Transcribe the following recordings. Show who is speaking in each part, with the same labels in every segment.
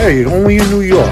Speaker 1: Hey, only in New York.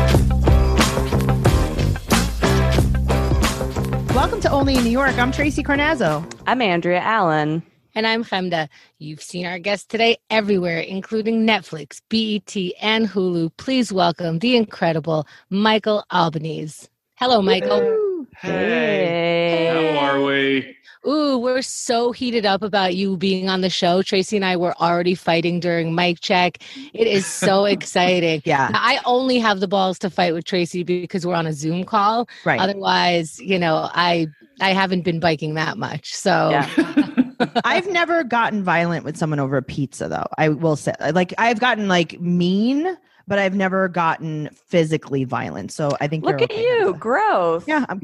Speaker 2: Welcome to Only in New York. I'm Tracy Carnazzo.
Speaker 3: I'm Andrea Allen.
Speaker 4: And I'm Chemda. You've seen our guest today everywhere, including Netflix, BET, and Hulu. Please welcome the incredible Michael Albanese. Hello, Michael.
Speaker 3: Hey.
Speaker 5: How are we?
Speaker 4: Ooh, we're so heated up about you being on the show. Tracy and I were already fighting during mic check. It is so exciting.
Speaker 2: Yeah,
Speaker 4: Now, I only have the balls to fight with Tracy because we're on a Zoom call.
Speaker 2: right.
Speaker 4: Otherwise, you know, I I haven't been biking that much. So
Speaker 3: Yeah.
Speaker 2: I've never gotten violent with someone over a pizza, though. I will say, like, I've gotten like mean, but I've never gotten physically violent. So I think
Speaker 3: Look
Speaker 2: you're
Speaker 3: at
Speaker 2: okay,
Speaker 3: you,
Speaker 2: Hamza.
Speaker 3: growth.
Speaker 2: Yeah, I'm,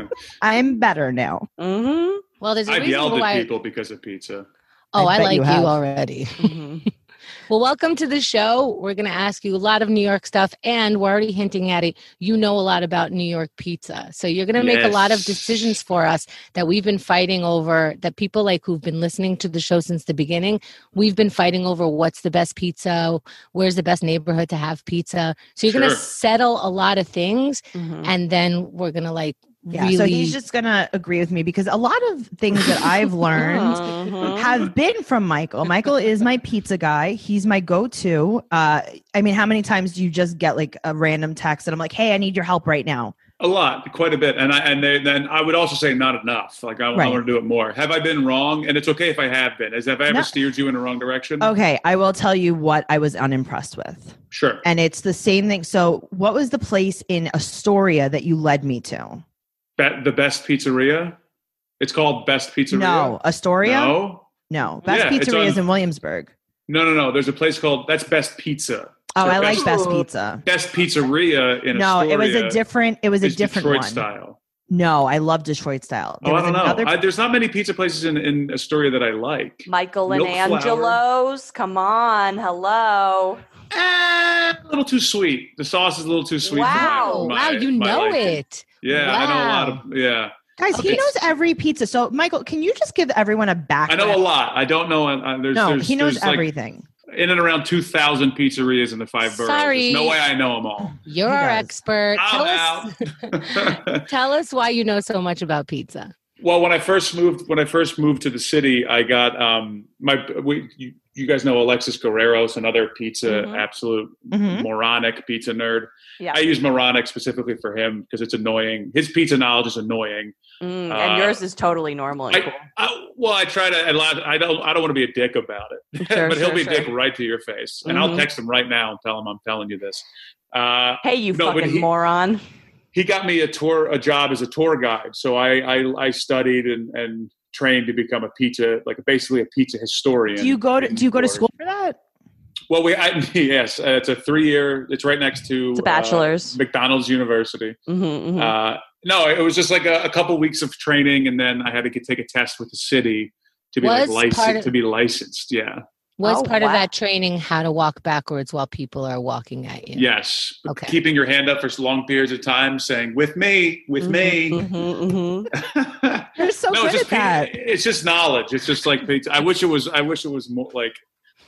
Speaker 2: I'm better now.
Speaker 3: hmm
Speaker 4: well, there's a
Speaker 5: I've yelled
Speaker 4: reason
Speaker 5: at
Speaker 4: why.
Speaker 5: people because of pizza.
Speaker 4: Oh,
Speaker 2: I
Speaker 4: I,
Speaker 2: bet
Speaker 4: like
Speaker 2: you
Speaker 4: you,
Speaker 2: have.
Speaker 4: already.
Speaker 3: Mm-hmm.
Speaker 4: Well, welcome to the show. We're going to ask you a lot of New York stuff, and we're already hinting at it. You know a lot about New York pizza. So you're going to make a lot of
Speaker 5: Yes.
Speaker 4: decisions for us that we've been fighting over, that people like who've been listening to the show since the beginning, we've been fighting over what's the best pizza, where's the best neighborhood to have pizza. So you're going to
Speaker 5: Sure.
Speaker 4: settle a lot of things,
Speaker 3: Mhm.
Speaker 4: and then we're going to like
Speaker 2: Yeah.
Speaker 4: really.
Speaker 2: So he's just gonna agree with me because a lot of things that I've learned
Speaker 3: Mhm.
Speaker 2: have been from Michael. Michael is my pizza guy. He's my go-to. Uh, I mean, how many times do you just get like a random text and I'm like, "Hey, I need your help right now."
Speaker 5: A lot, quite a bit, and I and they, then I would also say not enough. Like I,
Speaker 2: Right.
Speaker 5: want to do it more. Have I been wrong? And it's okay if I have been. As have I ever
Speaker 2: No. Oh.
Speaker 5: steered you in the wrong direction?
Speaker 2: Okay, I will tell you what I was unimpressed with,
Speaker 5: Sure.
Speaker 2: and it's the same thing. So, what was the place in Astoria that you led me to?
Speaker 5: Be- the best pizzeria. It's called Best Pizzeria.
Speaker 2: No, Astoria.
Speaker 5: No.
Speaker 2: No. best
Speaker 5: Yeah, it's
Speaker 2: pizzeria is
Speaker 5: on-
Speaker 2: in Williamsburg.
Speaker 5: No. No. No. There's a place called that's Best Pizza.
Speaker 2: Oh,
Speaker 5: So
Speaker 2: I like
Speaker 5: Best-
Speaker 2: best pizza.
Speaker 5: Best Pizzeria in
Speaker 2: No,
Speaker 5: Astoria.
Speaker 2: it was a different. It was a
Speaker 5: is
Speaker 2: different
Speaker 5: Detroit
Speaker 2: one.
Speaker 5: style.
Speaker 2: No, I love Detroit style. There
Speaker 5: oh, I
Speaker 2: was
Speaker 5: don't know.
Speaker 2: another-
Speaker 5: I, there's not many pizza places in, in Astoria that I like.
Speaker 3: Michael and
Speaker 5: Milk flour.
Speaker 3: Angelo's. Come on. Hello.
Speaker 5: Eh, a little too sweet. The sauce is a little too sweet. for my-
Speaker 3: Wow.
Speaker 4: wow,
Speaker 5: Oh, my-
Speaker 4: Oh, wow, you
Speaker 5: my
Speaker 4: know
Speaker 5: liking.
Speaker 4: it.
Speaker 5: Yeah, I know a
Speaker 4: Wow.
Speaker 5: lot of. Yeah,
Speaker 2: Guys, he
Speaker 5: Okay.
Speaker 2: knows every pizza. So, Michael, can you just give everyone a back?
Speaker 5: I know a lot. I don't know. I, I- there's,
Speaker 2: No,
Speaker 5: there's,
Speaker 2: he knows
Speaker 5: there's, like,
Speaker 2: everything.
Speaker 5: in and around two thousand pizzerias in the five boroughs.
Speaker 4: Sorry.
Speaker 5: There's no way I know them all.
Speaker 4: You're
Speaker 2: He
Speaker 4: our
Speaker 2: does.
Speaker 4: expert. tell
Speaker 5: I'm
Speaker 4: us tell us why you know so much about pizza.
Speaker 5: Well, when I first moved, when I first moved to the city, I got um, my. We, you, you guys know Alexis Guerrero's another pizza
Speaker 4: Mm-hmm.
Speaker 3: Mhm.
Speaker 5: absolute
Speaker 2: Mhm.
Speaker 5: moronic pizza nerd.
Speaker 3: Yeah.
Speaker 5: I use moronic specifically for him because it's annoying. His pizza knowledge is annoying.
Speaker 3: Mm,
Speaker 5: uh,
Speaker 3: and yours is totally normal and
Speaker 5: I-
Speaker 3: cool.
Speaker 5: I, well, I try to. I don't. I don't want to be a dick about it.
Speaker 3: Sure,
Speaker 5: but he'll
Speaker 3: sure,
Speaker 5: be
Speaker 3: sure.
Speaker 5: a dick right to your face, and I'll
Speaker 3: Mhm.
Speaker 5: text him right now and tell him I'm telling you this. Uh,
Speaker 3: Hey, you
Speaker 5: No, but
Speaker 3: fucking
Speaker 5: he-
Speaker 3: moron.
Speaker 5: he got me a tour, a job as a tour guide. So I, I, I studied and, and trained to become a pizza, like basically a pizza historian.
Speaker 2: Do you go to Do you go to
Speaker 5: Or-
Speaker 2: school for that?
Speaker 5: Well, we. I, yes, uh, it's a three-year. It's right next to
Speaker 3: It's a
Speaker 5: uh,
Speaker 3: bachelor's.
Speaker 5: McDonald's University.
Speaker 3: Mhm, mhm.
Speaker 5: Uh, no, it was just like a, a couple weeks of training, and then I had to get, take a test with the city to be
Speaker 4: Was
Speaker 5: like
Speaker 4: part
Speaker 5: licensed.
Speaker 4: of-
Speaker 5: to be licensed, yeah.
Speaker 4: Was
Speaker 3: Oh,
Speaker 4: part
Speaker 3: wow.
Speaker 4: of that training how to walk backwards while people are walking at you?
Speaker 5: Yes.
Speaker 4: Okay.
Speaker 5: Keeping your hand up for long periods of time, saying "with me, with me."
Speaker 3: Mhm, mhm,
Speaker 2: You're so
Speaker 5: no,
Speaker 2: good
Speaker 5: it's
Speaker 2: at
Speaker 5: just pe-
Speaker 2: that.
Speaker 5: it's just knowledge. It's just like the- I wish it was. I wish it was more like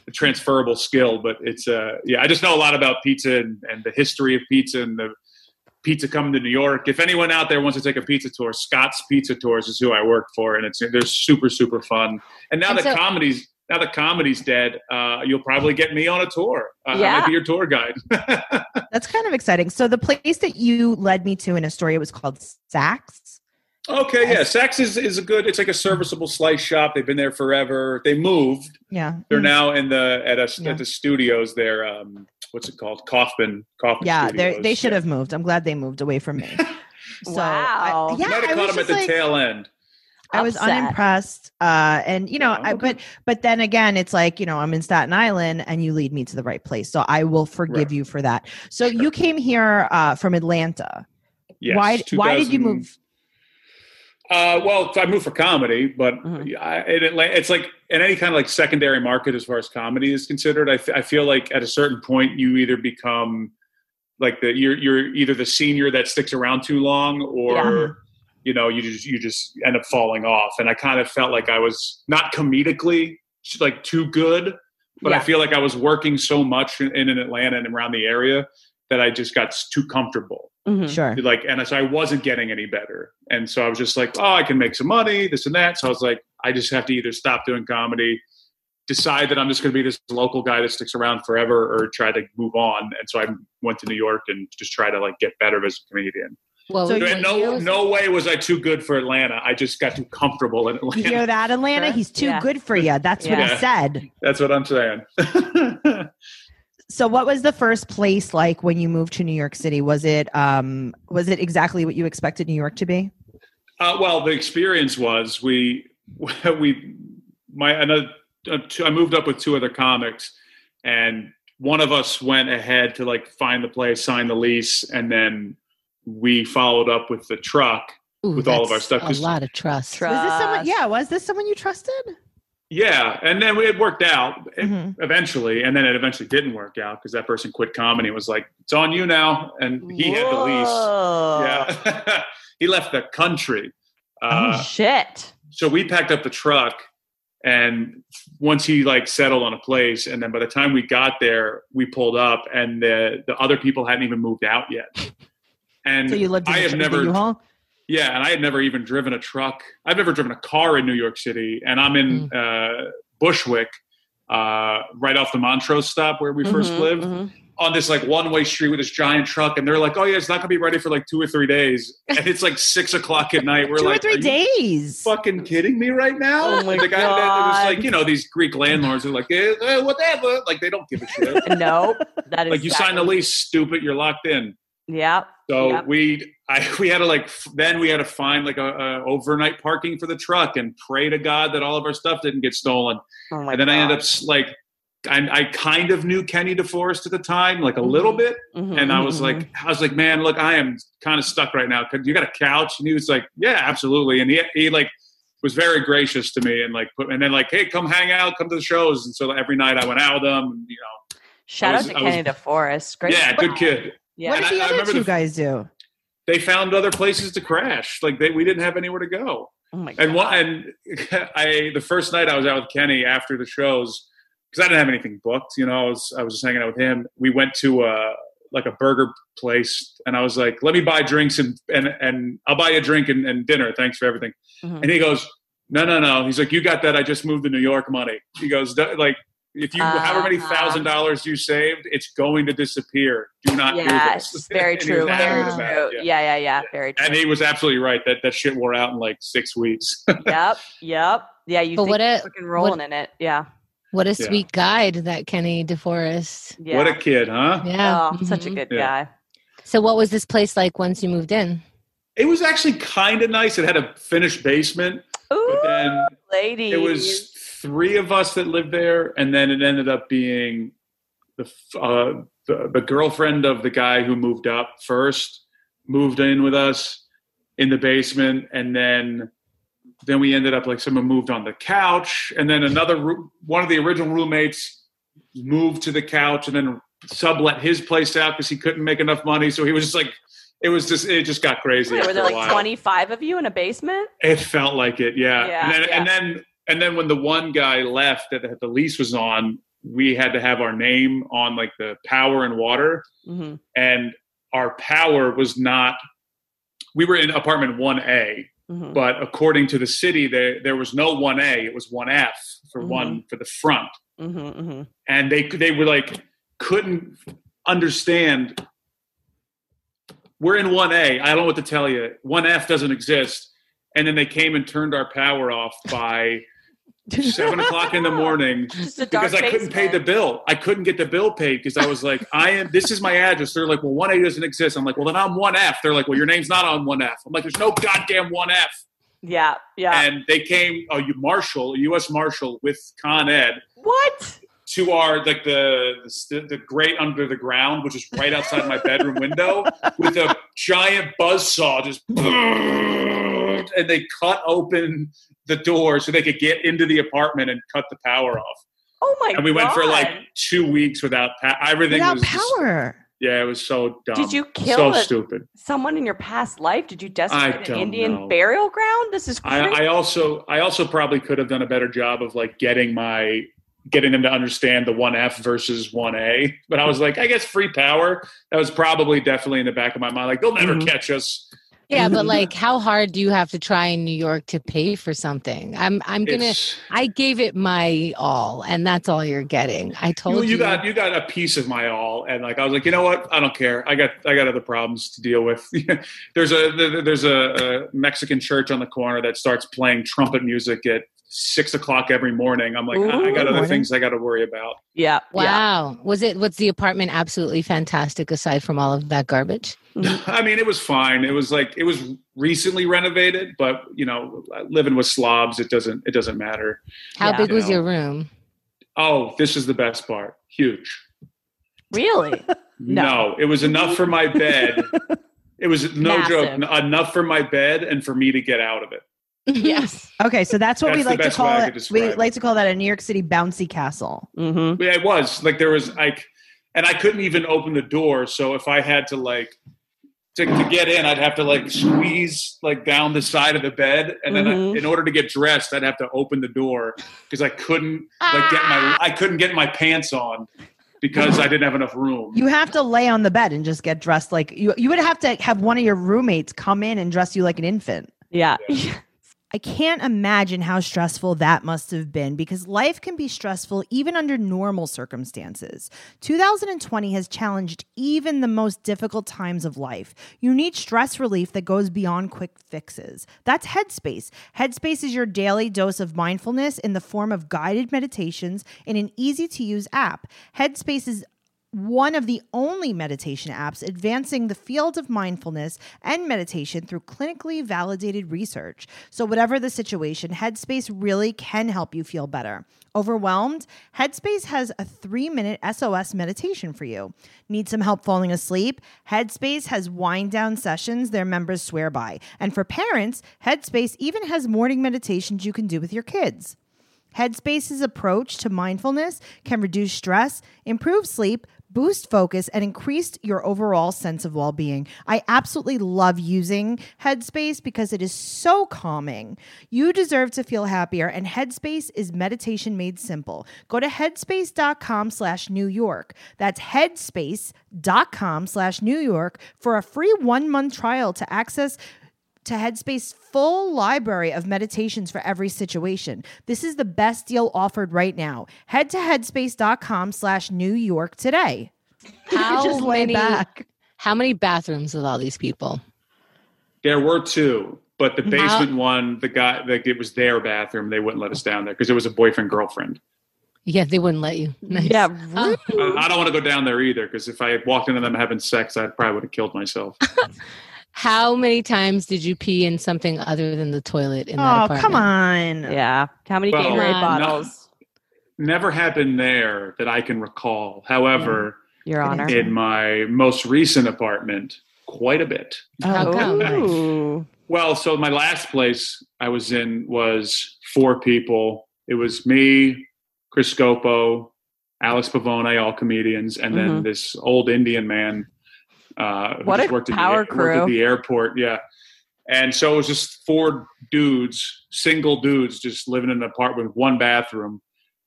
Speaker 5: a transferable skill, but it's uh yeah. I just know a lot about pizza and, and the history of pizza and the pizza coming to New York. If anyone out there wants to take a pizza tour, Scott's Pizza Tours is who I work for, and it's they're super super fun. And now
Speaker 4: And
Speaker 5: that
Speaker 4: so-
Speaker 5: comedy's now that comedy's dead, uh, you'll probably get me on a tour. Uh, I
Speaker 3: Yeah.
Speaker 5: might be your tour guide.
Speaker 2: That's kind of exciting. So the place that you led me to in Astoria was called Saks.
Speaker 5: okay, yeah. Saks is, is a good. It's like a serviceable slice shop. They've been there forever. They moved.
Speaker 2: Yeah. Mm.
Speaker 5: They're now in the at a
Speaker 2: Mm-hmm. Yeah.
Speaker 5: at the studios there. Um, what's it called? Kaufman. Kaufman.
Speaker 2: Yeah, they
Speaker 5: Studios.
Speaker 2: they should have moved. I'm glad they moved away from me. So
Speaker 3: Wow.
Speaker 2: I, yeah,
Speaker 5: Might have
Speaker 2: I
Speaker 5: caught
Speaker 2: was
Speaker 5: him at
Speaker 2: just
Speaker 5: the
Speaker 2: like,
Speaker 5: tail end.
Speaker 2: I was
Speaker 3: Upset.
Speaker 2: unimpressed. Uh, and you know,
Speaker 5: Yeah,
Speaker 2: I, but but then again, it's like you know, I'm in Staten Island, and you lead me to the right place, so I will forgive
Speaker 5: Right.
Speaker 2: you for that. So you came here uh, from Atlanta.
Speaker 5: Yes,
Speaker 2: why why did you
Speaker 5: 2000
Speaker 2: move?
Speaker 5: Uh, well, I moved for comedy, but
Speaker 3: Mhm.
Speaker 5: I, in Atlanta, it's like in any kind of like secondary market as far as comedy is considered. I, f- I feel like at a certain point you either become like the you're you're either the senior that sticks around too long or
Speaker 2: Yeah.
Speaker 5: you know you just you just end up falling off. And I kind of felt like I was not comedically like too good, but I
Speaker 3: Yeah.
Speaker 5: feel like I was working so much in, in Atlanta and around the area that I just got s- too comfortable
Speaker 3: Mhm.
Speaker 2: Sure.
Speaker 5: like and so i wasn't getting any better and so i was just like oh i can make some money this and that so i was like i just have to either stop doing comedy decide that i'm just going to be this local guy that sticks around forever or try to move on and so i went to new york and just try to like get better as a comedian
Speaker 4: Well,
Speaker 2: So
Speaker 4: what
Speaker 5: and
Speaker 4: year
Speaker 5: no
Speaker 4: was
Speaker 5: no way was i too good for atlanta i just got too comfortable in
Speaker 2: You hear
Speaker 5: atlanta
Speaker 2: that, Atlanta?
Speaker 3: Sure.
Speaker 2: He's too
Speaker 3: Hmm. Yeah.
Speaker 2: good for you. That's what he
Speaker 5: Yeah.
Speaker 2: said.
Speaker 5: that's what i'm saying
Speaker 2: So, what was the first place like when you moved to New York City? Was it um, was it exactly what you expected New York to be?
Speaker 5: Uh, well, the experience was we we my another uh, two, I moved up with two other comics, and one of us went ahead to like find the place, sign the lease, and then we followed up with the truck.
Speaker 4: Ooh,
Speaker 5: with all of
Speaker 4: that's
Speaker 5: our stuff,
Speaker 4: A
Speaker 5: 'cause-
Speaker 4: lot of trust.
Speaker 3: Trust.
Speaker 2: Was this someone? Yeah, was this someone you trusted?
Speaker 5: Yeah, and then it worked out e-
Speaker 3: Mm-hmm.
Speaker 2: Mhm.
Speaker 5: eventually, and then it eventually didn't work out because that person quit comedy. and Was like, it's on you now, and he had the lease.
Speaker 3: Whoa.
Speaker 5: Yeah, he left the country. Uh,
Speaker 3: Oh, shit.
Speaker 5: so we packed up the truck and once he like settled on a place and then by the time we got there we pulled up and the the other people hadn't even moved out yet and
Speaker 2: So you lived. In
Speaker 5: i
Speaker 2: the-
Speaker 5: have
Speaker 2: the
Speaker 5: never
Speaker 2: U-Haul?
Speaker 5: yeah and i had never even driven a truck i've never driven a car in new york city and i'm in
Speaker 2: Mm.
Speaker 5: uh, bushwick uh, right off the montrose stop where we first
Speaker 3: Mhm,
Speaker 2: Mm-hmm,
Speaker 5: lived
Speaker 3: mhm.
Speaker 5: on this like one way street with this giant truck and they're like oh yeah it's not gonna be ready for like two or three days and it's like six o'clock at night we're
Speaker 2: two
Speaker 5: like
Speaker 2: or three
Speaker 5: "Are you
Speaker 2: days.
Speaker 5: fucking kidding me right now?
Speaker 3: Oh my
Speaker 5: the guy that was
Speaker 3: God.
Speaker 5: like, you know, these Greek landlords are like, eh, eh, whatever. Like they don't give a shit.
Speaker 3: Nope. That is
Speaker 5: like you sign the lease, stupid. You're locked in.
Speaker 3: Yep.
Speaker 5: So
Speaker 3: Yep.
Speaker 5: we, I, we had to like, f- then we had to find like a, a overnight parking for the truck and pray to God that all of our stuff didn't get stolen.
Speaker 3: Oh my
Speaker 5: and then I end
Speaker 3: God.
Speaker 5: up s- like, I, I kind of knew Kenny DeForest at the time, like a little bit.
Speaker 3: Mhm,
Speaker 5: And I was
Speaker 3: mhm,
Speaker 5: like,
Speaker 2: Mm-hmm.
Speaker 5: I was like, man, look, I am kind of stuck right now. Could- You got a couch? And he was like, yeah, absolutely. And he, he like was very gracious to me and like put, and then like, hey, come hang out, come to the shows. And so every night I went out with them. And, you know,
Speaker 3: Shout
Speaker 5: I was-
Speaker 3: out
Speaker 5: I
Speaker 3: to
Speaker 5: was-
Speaker 3: Canada Forest. Great.
Speaker 5: yeah, good kid.
Speaker 3: Yeah.
Speaker 2: what
Speaker 5: and
Speaker 2: did
Speaker 5: I-
Speaker 2: the
Speaker 5: I
Speaker 2: other
Speaker 5: remember
Speaker 2: two
Speaker 5: the-
Speaker 2: guys do?
Speaker 5: They found other places to crash. Like they, we didn't have anywhere to go.
Speaker 3: Oh my God.
Speaker 5: And one, and I, the first night I was out with Kenny after the shows, because I didn't have anything booked, you know, I was, I was just hanging out with him. We went to uh like a burger place, and I was like, "Let me buy drinks and and, and I'll buy you a drink and, and dinner. Thanks for everything."
Speaker 3: Mhm.
Speaker 5: And he goes, "No, no, no." He's like, "You got that? I just moved to New York money." He goes, "That- "Like." If you, however many
Speaker 3: Uh-huh.
Speaker 5: thousand dollars you saved, it's going to disappear. Do not do
Speaker 3: Yes.
Speaker 5: this.
Speaker 3: Very
Speaker 5: And he
Speaker 3: true.
Speaker 5: was adamant
Speaker 3: Very
Speaker 4: Wow.
Speaker 5: about it,
Speaker 3: true. Yeah. Yeah. Yeah. Very
Speaker 5: yeah.
Speaker 3: true.
Speaker 5: And he was absolutely right. That that shit wore out in like six weeks.
Speaker 3: yep. Yep. Yeah. You
Speaker 4: But
Speaker 3: think
Speaker 4: what
Speaker 3: you're
Speaker 4: a-
Speaker 3: fucking rolling in it. Yeah.
Speaker 4: What a
Speaker 5: Yeah.
Speaker 4: sweet guide that Kenny DeForest.
Speaker 3: Yeah.
Speaker 5: What a kid, huh?
Speaker 4: Yeah.
Speaker 3: Oh, such a
Speaker 4: mhm.
Speaker 3: good
Speaker 5: Yeah.
Speaker 3: guy.
Speaker 4: So, what was this place like once you moved in?
Speaker 5: It was actually kind of nice. It had a finished basement,
Speaker 3: Ooh,
Speaker 5: but then
Speaker 3: ladies.
Speaker 5: it was three of us that lived there, and then it ended up being the f- uh, the, the girlfriend of the guy who moved up first moved in with us in the basement, and then then we ended up like someone moved on the couch, and then another roo- one of the original roommates moved to the couch, and then sublet his place out because he couldn't make enough money, so he was just like. It was just it just got crazy.
Speaker 3: Wait,
Speaker 5: after
Speaker 3: were there
Speaker 5: a
Speaker 3: like
Speaker 5: while.
Speaker 3: 25 of you in a basement?
Speaker 5: It felt like it, yeah. and,
Speaker 3: Yeah,
Speaker 5: then,
Speaker 3: yeah.
Speaker 5: and then and then when the one guy left that the- the lease was on, we had to have our name on like the power and water,
Speaker 3: hmm
Speaker 5: and our power was not. We were in apartment one A,
Speaker 3: Mhm.
Speaker 5: But according to the city, there there was no one A. It was one F for
Speaker 3: Mm-hmm.
Speaker 5: one for the front,
Speaker 3: Mhm, mhm.
Speaker 5: and they they were like couldn't understand. We're in one A. I don't know what to tell you. One F doesn't exist, and then they came and turned our power off by seven o'clock in the morning
Speaker 3: Just a dark
Speaker 5: because I couldn't pay the
Speaker 3: basement.
Speaker 5: bill. I couldn't get the bill paid because I was like, I am. This is my address. They're like, well, one A doesn't exist. I'm like, well, then I'm one F. They're like, well, your name's not on one F. I'm like, there's no goddamn one F.
Speaker 3: Yeah, yeah.
Speaker 5: And they came, a U- marshal, a U.S. marshal with Con Ed
Speaker 3: what?
Speaker 5: to our like the the, the grate under the ground, which is right outside my bedroom window, with a giant buzz saw just. And they cut open the door so they could get into the apartment and cut the power off
Speaker 3: Oh my god!
Speaker 5: and we went for like two weeks without pa- everything
Speaker 6: Without
Speaker 5: was just-
Speaker 6: power.
Speaker 5: yeah, it was so dumb.
Speaker 3: Did you kill
Speaker 5: so
Speaker 3: it?
Speaker 5: stupid?
Speaker 3: someone in your past life. Did you
Speaker 5: I
Speaker 3: desecrate an
Speaker 5: don't
Speaker 3: Indian
Speaker 5: know.
Speaker 3: burial ground? This is crazy.
Speaker 5: I, I also I also probably could have done a better job of like getting my getting them to understand the one F versus one A. But I was like, I guess free power. That was probably definitely in the back of my mind. Like they'll never
Speaker 4: Mm-hmm.
Speaker 3: Mhm.
Speaker 5: catch us.
Speaker 4: Yeah, but like, how hard do you have to try in New York to pay for something? I'm, I'm gonna.
Speaker 5: It's-
Speaker 4: I gave it my all, and that's all you're getting. I told
Speaker 5: you,
Speaker 4: you.
Speaker 5: you got you got a piece of my all, and like I was like, you know what? I don't care. I got I got other problems to deal with. there's a there- there's a, a Mexican church on the corner that starts playing trumpet music at six o'clock every morning. I'm like, I, I
Speaker 3: Ooh.
Speaker 5: got other
Speaker 6: Morning.
Speaker 5: things I got to worry about.
Speaker 3: yeah. Yeah.
Speaker 4: wow. Was it? Was the apartment absolutely fantastic aside from all of that garbage?
Speaker 5: I mean, it was fine. It was like it was recently renovated, but you know, living with slobs, it doesn't it doesn't matter.
Speaker 4: How
Speaker 3: Yeah.
Speaker 4: big was
Speaker 5: Yeah.
Speaker 4: your room?
Speaker 5: Oh, this is the best part. Huge.
Speaker 3: Really?
Speaker 5: No.
Speaker 3: No.
Speaker 5: it was enough for my bed. it was no
Speaker 3: Massive.
Speaker 5: joke, n- enough for my bed and for me to get out of it.
Speaker 3: yes.
Speaker 6: Okay, so that's what
Speaker 5: That's
Speaker 6: we
Speaker 5: the
Speaker 6: like to
Speaker 5: best way I
Speaker 6: call
Speaker 5: could
Speaker 6: it.
Speaker 5: describe
Speaker 6: We
Speaker 5: it.
Speaker 6: like to call that a New York City bouncy castle.
Speaker 3: Mm-hmm.
Speaker 5: Yeah, it was like there was like, and I couldn't even open the door. So if I had to like to, to get in, I'd have to like squeeze like down the side of the bed, and then
Speaker 3: Mhm.
Speaker 5: I, in order to get dressed, I'd have to open the door because I couldn't like get my I couldn't get my pants on because I didn't have enough room.
Speaker 6: You have to lay on the bed and just get dressed like you. You would have to have one of your roommates come in and dress you like an infant.
Speaker 3: Yeah.
Speaker 2: I can't imagine how stressful that must have been because life can be stressful even under normal circumstances. 2020 has challenged even the most difficult times of life. You need stress relief that goes beyond quick fixes. That's Headspace. Headspace is your daily dose of mindfulness in the form of guided meditations in an easy to use app. Headspace is one of the only meditation apps advancing the field of mindfulness and meditation through clinically validated research. So, whatever the situation, Headspace really can help you feel better. Overwhelmed? Headspace has a three minute SOS meditation for you. Need some help falling asleep? Headspace has wind down sessions their members swear by. And for parents, Headspace even has morning meditations you can do with your kids. Headspace's approach to mindfulness can reduce stress, improve sleep, boost focus, and increase your overall sense of well being. I absolutely love using Headspace because it is so calming. You deserve to feel happier, and Headspace is meditation made simple. Go to headspace.com slash New York. That's headspace.com slash New York for a free one month trial to access to Headspace's full library of meditations for every situation. This is the best deal offered right now. Head to headspace.com slash New York today.
Speaker 4: How
Speaker 6: just lay
Speaker 4: many?
Speaker 6: back.
Speaker 4: How many bathrooms with all these people?
Speaker 5: There were two, but the
Speaker 4: How-
Speaker 5: basement one, the guy like it was their bathroom. They wouldn't let us down there because it was a boyfriend girlfriend.
Speaker 4: Yeah, they wouldn't let you. Nice.
Speaker 3: Yeah.
Speaker 4: Uh,
Speaker 5: I, I don't want to go down there either because if I had walked into them having sex, I probably would have killed myself.
Speaker 4: How many times did you pee in something other than the toilet in that
Speaker 6: Oh,
Speaker 4: apartment?
Speaker 6: come on.
Speaker 3: Yeah. How many
Speaker 5: Well,
Speaker 3: Gatorade
Speaker 4: no.
Speaker 3: bottles,
Speaker 5: never happened there that I can recall. However,
Speaker 3: Your Honor?
Speaker 5: in my most recent apartment, quite a bit.
Speaker 4: How come?
Speaker 3: Ooh.
Speaker 5: Well, so my last place I was in was four people. It was me, Chris Scopo, Alex Pavone, all comedians, and then
Speaker 3: Mhm.
Speaker 5: this old Indian man uh, who
Speaker 3: What
Speaker 5: just
Speaker 3: a
Speaker 5: worked,
Speaker 3: power
Speaker 5: at the, worked at
Speaker 3: crew.
Speaker 5: the airport. Yeah. And so it was just four dudes, single dudes, just living in an apartment with one bathroom.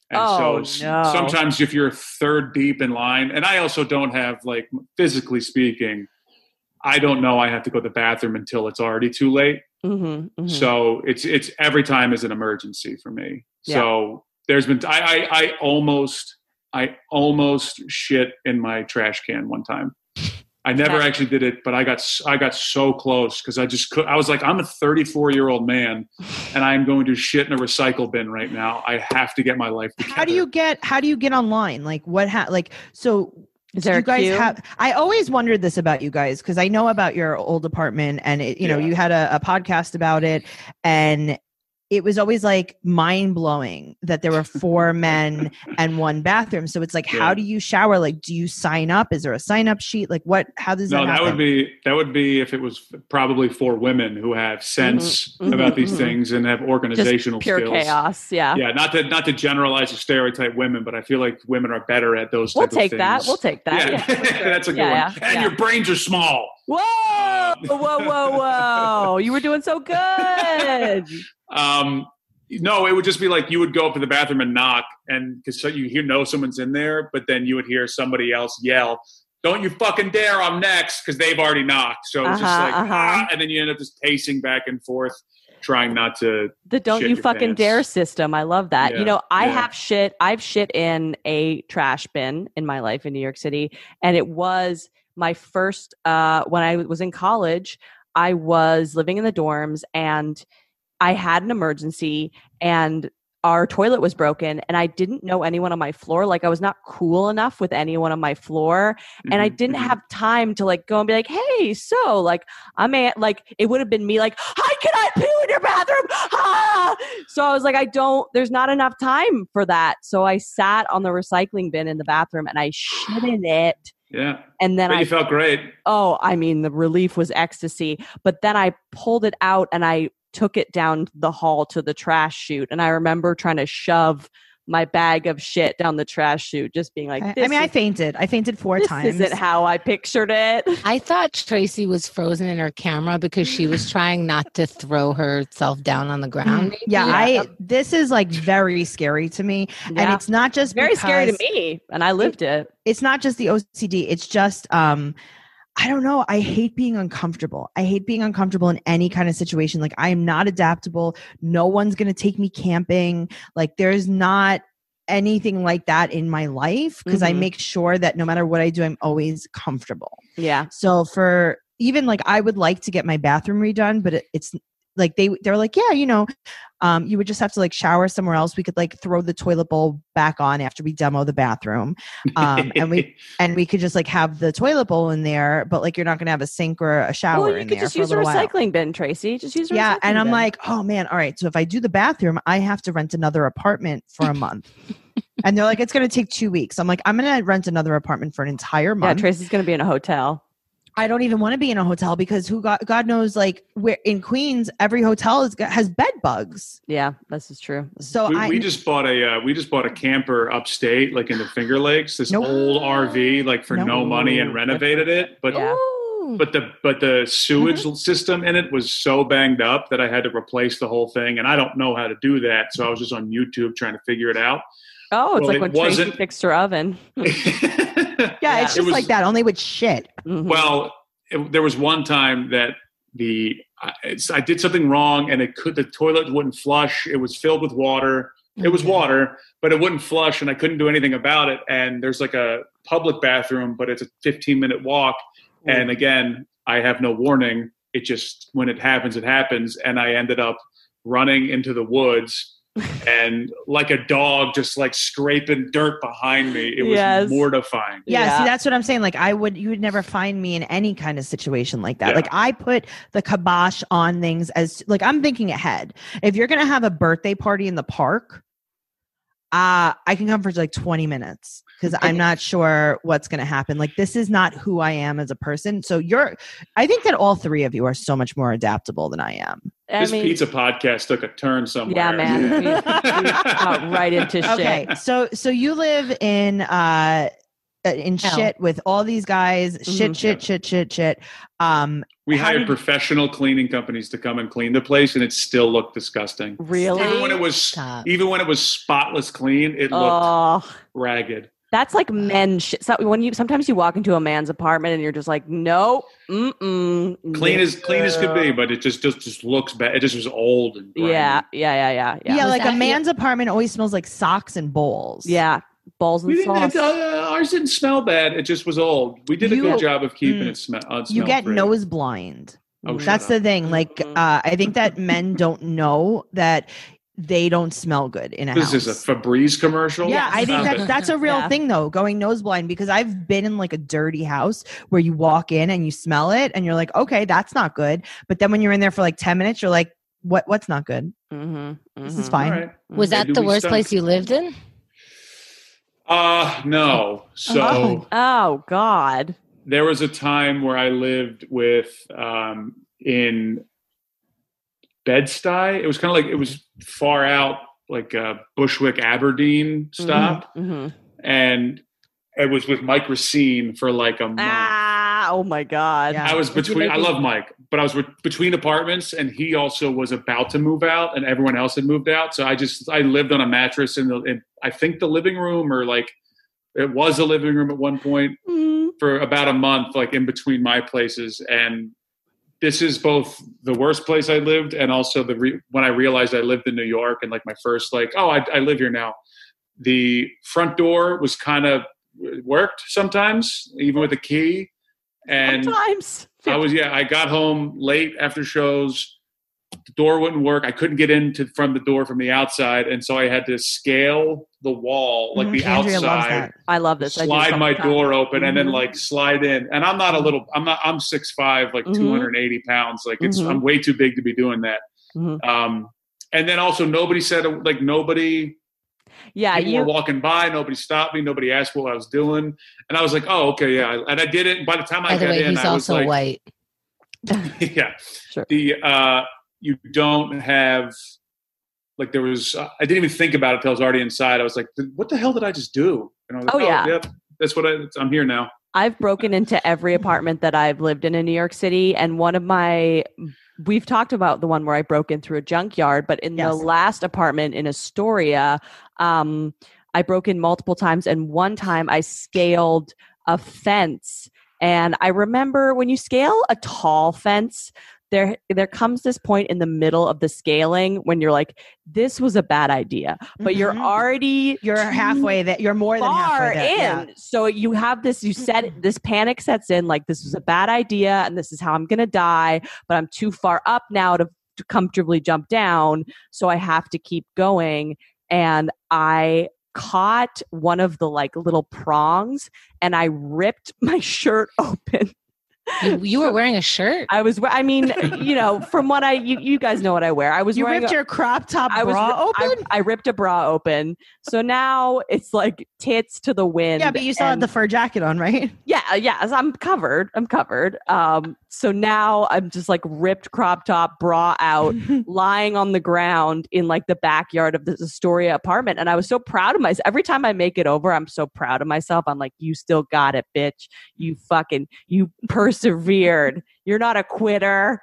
Speaker 5: And so
Speaker 3: Oh,
Speaker 5: s-
Speaker 3: no.
Speaker 5: sometimes if you're third deep in line, and I also don't have, like, physically speaking, I don't know I have to go to the bathroom until it's already too late.
Speaker 3: Mhm, mhm.
Speaker 2: Mm-hmm.
Speaker 5: So it's it's every time is an emergency for me. So there's been I, I I almost I almost shit in my trash can one time. I never
Speaker 4: Nice.
Speaker 5: actually did it, but I got s- I got so close because I just could. I was like, I'm a 34 year old man, and I am going to shit in a recycle bin right now. I have to get my life together.
Speaker 2: How do you get how do you get online? Like what ha- like so
Speaker 3: Is
Speaker 2: do
Speaker 3: there
Speaker 2: you
Speaker 3: a
Speaker 2: guys
Speaker 3: queue?
Speaker 2: have I always wondered this about you guys because I know about your old apartment and it, you know
Speaker 5: Yeah.
Speaker 2: you had a, a podcast about it and it was always like mind blowing that there were four men and one bathroom. So it's like, how
Speaker 5: Yeah.
Speaker 2: do you shower? Like, do you sign up? Is there a sign up sheet? Like, what? How does
Speaker 5: No,
Speaker 2: that?
Speaker 5: that
Speaker 2: happen?
Speaker 5: would be that would be if it was probably for women who have
Speaker 2: Mm-hmm.
Speaker 5: sense
Speaker 3: mhm,
Speaker 5: about these
Speaker 3: mhm.
Speaker 5: things and have organizational
Speaker 3: pure
Speaker 5: skills.
Speaker 3: chaos. Yeah.
Speaker 5: yeah not to not to generalize or stereotype women but i feel like women are better at those
Speaker 3: We'll
Speaker 5: type of
Speaker 3: take that.
Speaker 5: things.
Speaker 3: We'll take that. Yeah.
Speaker 5: yeah, that's a good
Speaker 3: Yeah,
Speaker 5: one
Speaker 3: yeah,
Speaker 5: and
Speaker 3: yeah.
Speaker 5: your brains are small
Speaker 3: Whoa! Whoa! Whoa! Whoa! You were doing so good.
Speaker 5: um no it would just be like you would go up to the bathroom and knock and because so you hear know someone's in there but then you would hear somebody else yell don't you fucking dare i'm next because they've already knocked so it's just
Speaker 3: Uh-huh,
Speaker 5: like
Speaker 3: uh-huh.
Speaker 5: ah, and then you end up just pacing back and forth trying not to
Speaker 3: The don't
Speaker 5: Shit
Speaker 3: you
Speaker 5: your
Speaker 3: fucking
Speaker 5: pants.
Speaker 3: dare system. I love that.
Speaker 5: Yeah,
Speaker 3: you know, I
Speaker 5: yeah.
Speaker 3: have shit. I've shit in a trash bin in my life in New York City, and it was my first uh, when I was in college. I was living in the dorms, and I had an emergency, and our toilet was broken, and I didn't know anyone on my floor. Like I was not cool enough with anyone on my floor, and I
Speaker 5: Mhm,
Speaker 3: didn't
Speaker 5: mhm.
Speaker 3: have time to like go and be like, "Hey, so like I'm at like it would have been me like, hi, can I poo in your bathroom?" Ah! So I was like, I don't. There's not enough time for that. So I sat on the recycling bin in the bathroom and I shit in it,
Speaker 5: yeah
Speaker 3: and then
Speaker 5: but
Speaker 3: I
Speaker 5: you felt great
Speaker 3: oh, I mean, the relief was ecstasy. But then I pulled it out and I took it down the hall to the trash chute. And I remember trying to shove my bag of shit down the trash chute, just being like,
Speaker 2: I-
Speaker 3: this
Speaker 2: I mean, I
Speaker 3: is-
Speaker 2: fainted. I fainted four
Speaker 3: this
Speaker 2: times.
Speaker 3: isn't how I pictured it.
Speaker 4: I thought Tracy was frozen in her camera because she was trying not to throw herself down on the ground. maybe.
Speaker 2: yeah, I. This is like very scary to me, and it's not just
Speaker 3: very scary to
Speaker 2: because-
Speaker 3: me. And I lived it.
Speaker 2: it's not just the OCD. It's just um I don't know. I hate being uncomfortable. I hate being uncomfortable in any kind of situation. Like I am not adaptable. No one's going to take me camping. Like there's not anything like that in my life because I
Speaker 3: Mhm.
Speaker 2: make sure that no matter what I do I'm always comfortable.
Speaker 3: Yeah.
Speaker 2: So for even like I would like to get my bathroom redone, but it, it's like they they're like, yeah, you know, um, you would just have to like shower somewhere else. We could like throw the toilet bowl back on after we demo the bathroom, um, and we and we could just like have the toilet bowl in there, but like you're not gonna have a sink or a shower
Speaker 3: Well, you
Speaker 2: in
Speaker 3: could
Speaker 2: there
Speaker 3: just
Speaker 2: for
Speaker 3: use
Speaker 2: a
Speaker 3: a
Speaker 2: little while.
Speaker 3: recycling bin, Tracy. Just use a
Speaker 2: Yeah, and
Speaker 3: recycling
Speaker 2: I'm
Speaker 3: bin.
Speaker 2: like, oh man, all right. So if I do the bathroom, I have to rent another apartment for a month. and they're like, it's gonna take two weeks. I'm like, I'm gonna rent another apartment for an entire
Speaker 3: yeah,
Speaker 2: month.
Speaker 3: Tracy's going to be in a hotel.
Speaker 2: I don't even want to be in a hotel because who God, God knows like where in Queens every hotel is, has bed bugs.
Speaker 3: Yeah, this is true.
Speaker 2: So
Speaker 5: we,
Speaker 2: I
Speaker 5: we just bought a uh, we just bought a camper upstate, like in the Finger Lakes, this
Speaker 2: Nope.
Speaker 5: old RV, like for no
Speaker 2: Nope.
Speaker 5: money, and renovated it. But
Speaker 3: Yeah.
Speaker 4: Ooh.
Speaker 5: but the but the sewage
Speaker 2: Mm-hmm.
Speaker 5: system in it was so banged up that I had to replace the whole thing, and I don't know how to do that. So I was just on YouTube trying to figure it out.
Speaker 3: Oh, it's
Speaker 5: Well,
Speaker 3: like
Speaker 5: it
Speaker 3: when Tracy
Speaker 5: wasn't-
Speaker 3: fixed her oven.
Speaker 2: yeah,
Speaker 3: Yeah.
Speaker 2: it's
Speaker 5: It
Speaker 2: just
Speaker 5: was-
Speaker 2: like that only with shit.
Speaker 3: Mhm.
Speaker 5: Well, it, there was one time that the I, it's, I did something wrong, and it could the toilet wouldn't flush. It was filled with water. It was water, but it wouldn't flush, and I couldn't do anything about it. And there's like a public bathroom, but it's a 15 minute walk. And again, I have no warning. It just when it happens, it happens, and I ended up running into the woods. and like a dog, just like scraping dirt behind me. It was
Speaker 3: Yes.
Speaker 5: mortifying.
Speaker 2: Yeah, see,
Speaker 3: Yeah.
Speaker 2: that's what I'm saying. Like I would, you would never find me in any kind of situation like that.
Speaker 5: Yeah.
Speaker 2: Like I put the kibosh on things as like I'm thinking ahead. If you're gonna have a birthday party in the park, uh, I can come for like 20 minutes because I'm not sure what's gonna happen. Like this is not who I am as a person. So you're, I think that all three of you are so much more adaptable than I am.
Speaker 3: I
Speaker 5: this
Speaker 3: mean,
Speaker 5: pizza podcast took a turn somewhere.
Speaker 3: Yeah, man. We, we got right into shit.
Speaker 2: Okay, so so you live in uh uh, in
Speaker 4: Hell.
Speaker 2: shit with all these guys, shit,
Speaker 3: Mhm.
Speaker 2: shit, shit, shit, shit. Um,
Speaker 5: We
Speaker 2: How
Speaker 5: hired
Speaker 2: did-
Speaker 5: professional cleaning companies to come and clean the place, and it still looked disgusting.
Speaker 3: Really?
Speaker 5: Even when it was
Speaker 4: Stop.
Speaker 5: even when it was spotless clean, it looked
Speaker 3: Oh,
Speaker 5: ragged.
Speaker 3: That's like men shit. So when you sometimes you walk into a man's apartment and you're just like, no, mm-mm,
Speaker 5: Clean as clean as could be, but it just just just looks bad. It just was old and grimy.
Speaker 3: Yeah, yeah, yeah, yeah,
Speaker 2: Yeah,
Speaker 3: yeah,
Speaker 4: Was
Speaker 2: like
Speaker 4: that-
Speaker 2: a man's apartment always smells like socks and bowls.
Speaker 3: yeah. Balls
Speaker 5: We
Speaker 3: and
Speaker 5: didn't,
Speaker 3: sauce.
Speaker 5: uh, ours didn't smell bad. It just was old. We did a
Speaker 2: You-
Speaker 5: good job of keeping
Speaker 2: Mm.
Speaker 5: it smell. Uh, it
Speaker 2: You
Speaker 5: smelled
Speaker 2: get
Speaker 5: great.
Speaker 2: nose blind.
Speaker 5: Oh,
Speaker 3: Mm-hmm.
Speaker 5: shut
Speaker 2: That's
Speaker 5: up.
Speaker 2: the thing. Like,
Speaker 3: Mhm.
Speaker 2: uh, I think that men don't know that they don't smell good in a
Speaker 5: This
Speaker 2: house.
Speaker 5: is a Febreze commercial.
Speaker 2: yeah, I think
Speaker 5: Stop
Speaker 2: that's
Speaker 5: it.
Speaker 2: that's a real
Speaker 3: Yeah.
Speaker 2: thing though, going nose blind because I've been in like a dirty house where you walk in and you smell it and you're like, okay, that's not good. But then when you're in there for like ten minutes, you're like, what what's not good?
Speaker 3: Mm-hmm,
Speaker 2: This is
Speaker 3: mhm.
Speaker 5: All
Speaker 2: fine.
Speaker 5: right.
Speaker 4: Was
Speaker 5: They
Speaker 4: that
Speaker 5: do
Speaker 4: the
Speaker 5: be
Speaker 4: worst
Speaker 5: Mm, stunk.
Speaker 4: place you lived in?
Speaker 5: Uh no. So
Speaker 2: Oh.
Speaker 3: Oh God.
Speaker 5: there was a time where I lived with um, in Bed-Stuy. It was kind of like it was far out, like uh, Bushwick, Aberdeen
Speaker 4: Mm-hmm.
Speaker 5: stop,
Speaker 3: hmm
Speaker 2: Mm-hmm.
Speaker 5: and it was with Mike Racine for like a month.
Speaker 3: Ah. Oh my God.
Speaker 2: Yeah.
Speaker 5: I was
Speaker 4: Did you
Speaker 5: between.
Speaker 4: make
Speaker 5: I
Speaker 4: it-
Speaker 5: love Mike, but I was with, between apartments, and he also was about to move out, and everyone else had moved out. So I just I lived on a mattress in the in, I think the living room or like it was a living room at one point
Speaker 3: Mm.
Speaker 5: for about a month, like in between my places. And this is both the worst place I lived, and also the re- when I realized I lived in New York, and like my first like oh I, I live here now. The front door was kind of worked sometimes, even with a key. And
Speaker 3: Sometimes.
Speaker 5: I was yeah. I got home late after shows. The door wouldn't work. I couldn't get into from the door from the outside, and so I had to scale the wall like the
Speaker 2: Mm-hmm. Andrea loves
Speaker 5: outside,
Speaker 2: that.
Speaker 3: I love this. I do
Speaker 5: slide
Speaker 3: this
Speaker 5: my
Speaker 3: all the time.
Speaker 5: door open, and then
Speaker 3: Mhm.
Speaker 5: like slide in. And I'm not a little. I'm not. I'm six five, like
Speaker 3: Mhm.
Speaker 5: and eighty pounds. Like it's.
Speaker 3: Mhm.
Speaker 5: I'm way too big to be doing that.
Speaker 3: Mhm.
Speaker 5: Um, and then also nobody said like nobody
Speaker 3: Yeah.
Speaker 5: people were
Speaker 3: You.
Speaker 5: walking by. Nobody stopped me. Nobody asked what I was doing, and I was like, "Oh, okay, yeah." And I did it. By the time I
Speaker 4: By the
Speaker 5: got
Speaker 4: way,
Speaker 5: in,
Speaker 4: he's
Speaker 5: I was
Speaker 4: also
Speaker 5: like,
Speaker 4: white.
Speaker 5: yeah.
Speaker 3: Sure.
Speaker 5: The uh, you don't have like there was. uh, I didn't even think about it till I was already inside. I was like, "What the hell did I just do?" And I was like,
Speaker 3: Oh, yeah.
Speaker 5: yep, that's what I, I'm here now."
Speaker 3: I've broken into every apartment that I've lived in in New York City, and one of my we've talked about the one where I broke in through a junkyard, but in
Speaker 2: Yes.
Speaker 3: the last apartment in Astoria, um, I broke in multiple times, and one time I scaled a fence. And I remember when you scale a tall fence, there there comes this point in the middle of the scaling when you're like, this was a bad idea, but you're
Speaker 2: Mhm.
Speaker 3: already
Speaker 2: You're
Speaker 3: too
Speaker 2: halfway there. You're more than
Speaker 3: far
Speaker 2: halfway there. Yeah. Mm-hmm.
Speaker 3: in. So you have this, you said this panic sets in like this was a bad idea and this is how I'm going to die, but I'm too far up now to, to comfortably jump down. So I have to keep going. And I caught one of the like little prongs and I ripped my shirt open.
Speaker 4: You, you were wearing a shirt.
Speaker 3: I was, we- I mean, you know, from what I, you, you guys know what I wear. I was
Speaker 2: You
Speaker 3: wearing
Speaker 2: ripped
Speaker 3: a-
Speaker 2: your crop top
Speaker 3: I was
Speaker 2: bra
Speaker 3: I-
Speaker 2: open.
Speaker 3: I, ripped a bra open. So now it's like tits to the wind.
Speaker 2: yeah, but you still had
Speaker 3: and-
Speaker 2: the fur jacket on, right?
Speaker 3: yeah uh, yeah so i'm covered i'm covered um so now i'm just like ripped crop top bra out
Speaker 4: Oh,
Speaker 3: lying on the ground in like the backyard of this astoria apartment and i was so proud of myself every time i make it over i'm so proud of myself i'm like you still got it bitch you fucking you persevered you're not a quitter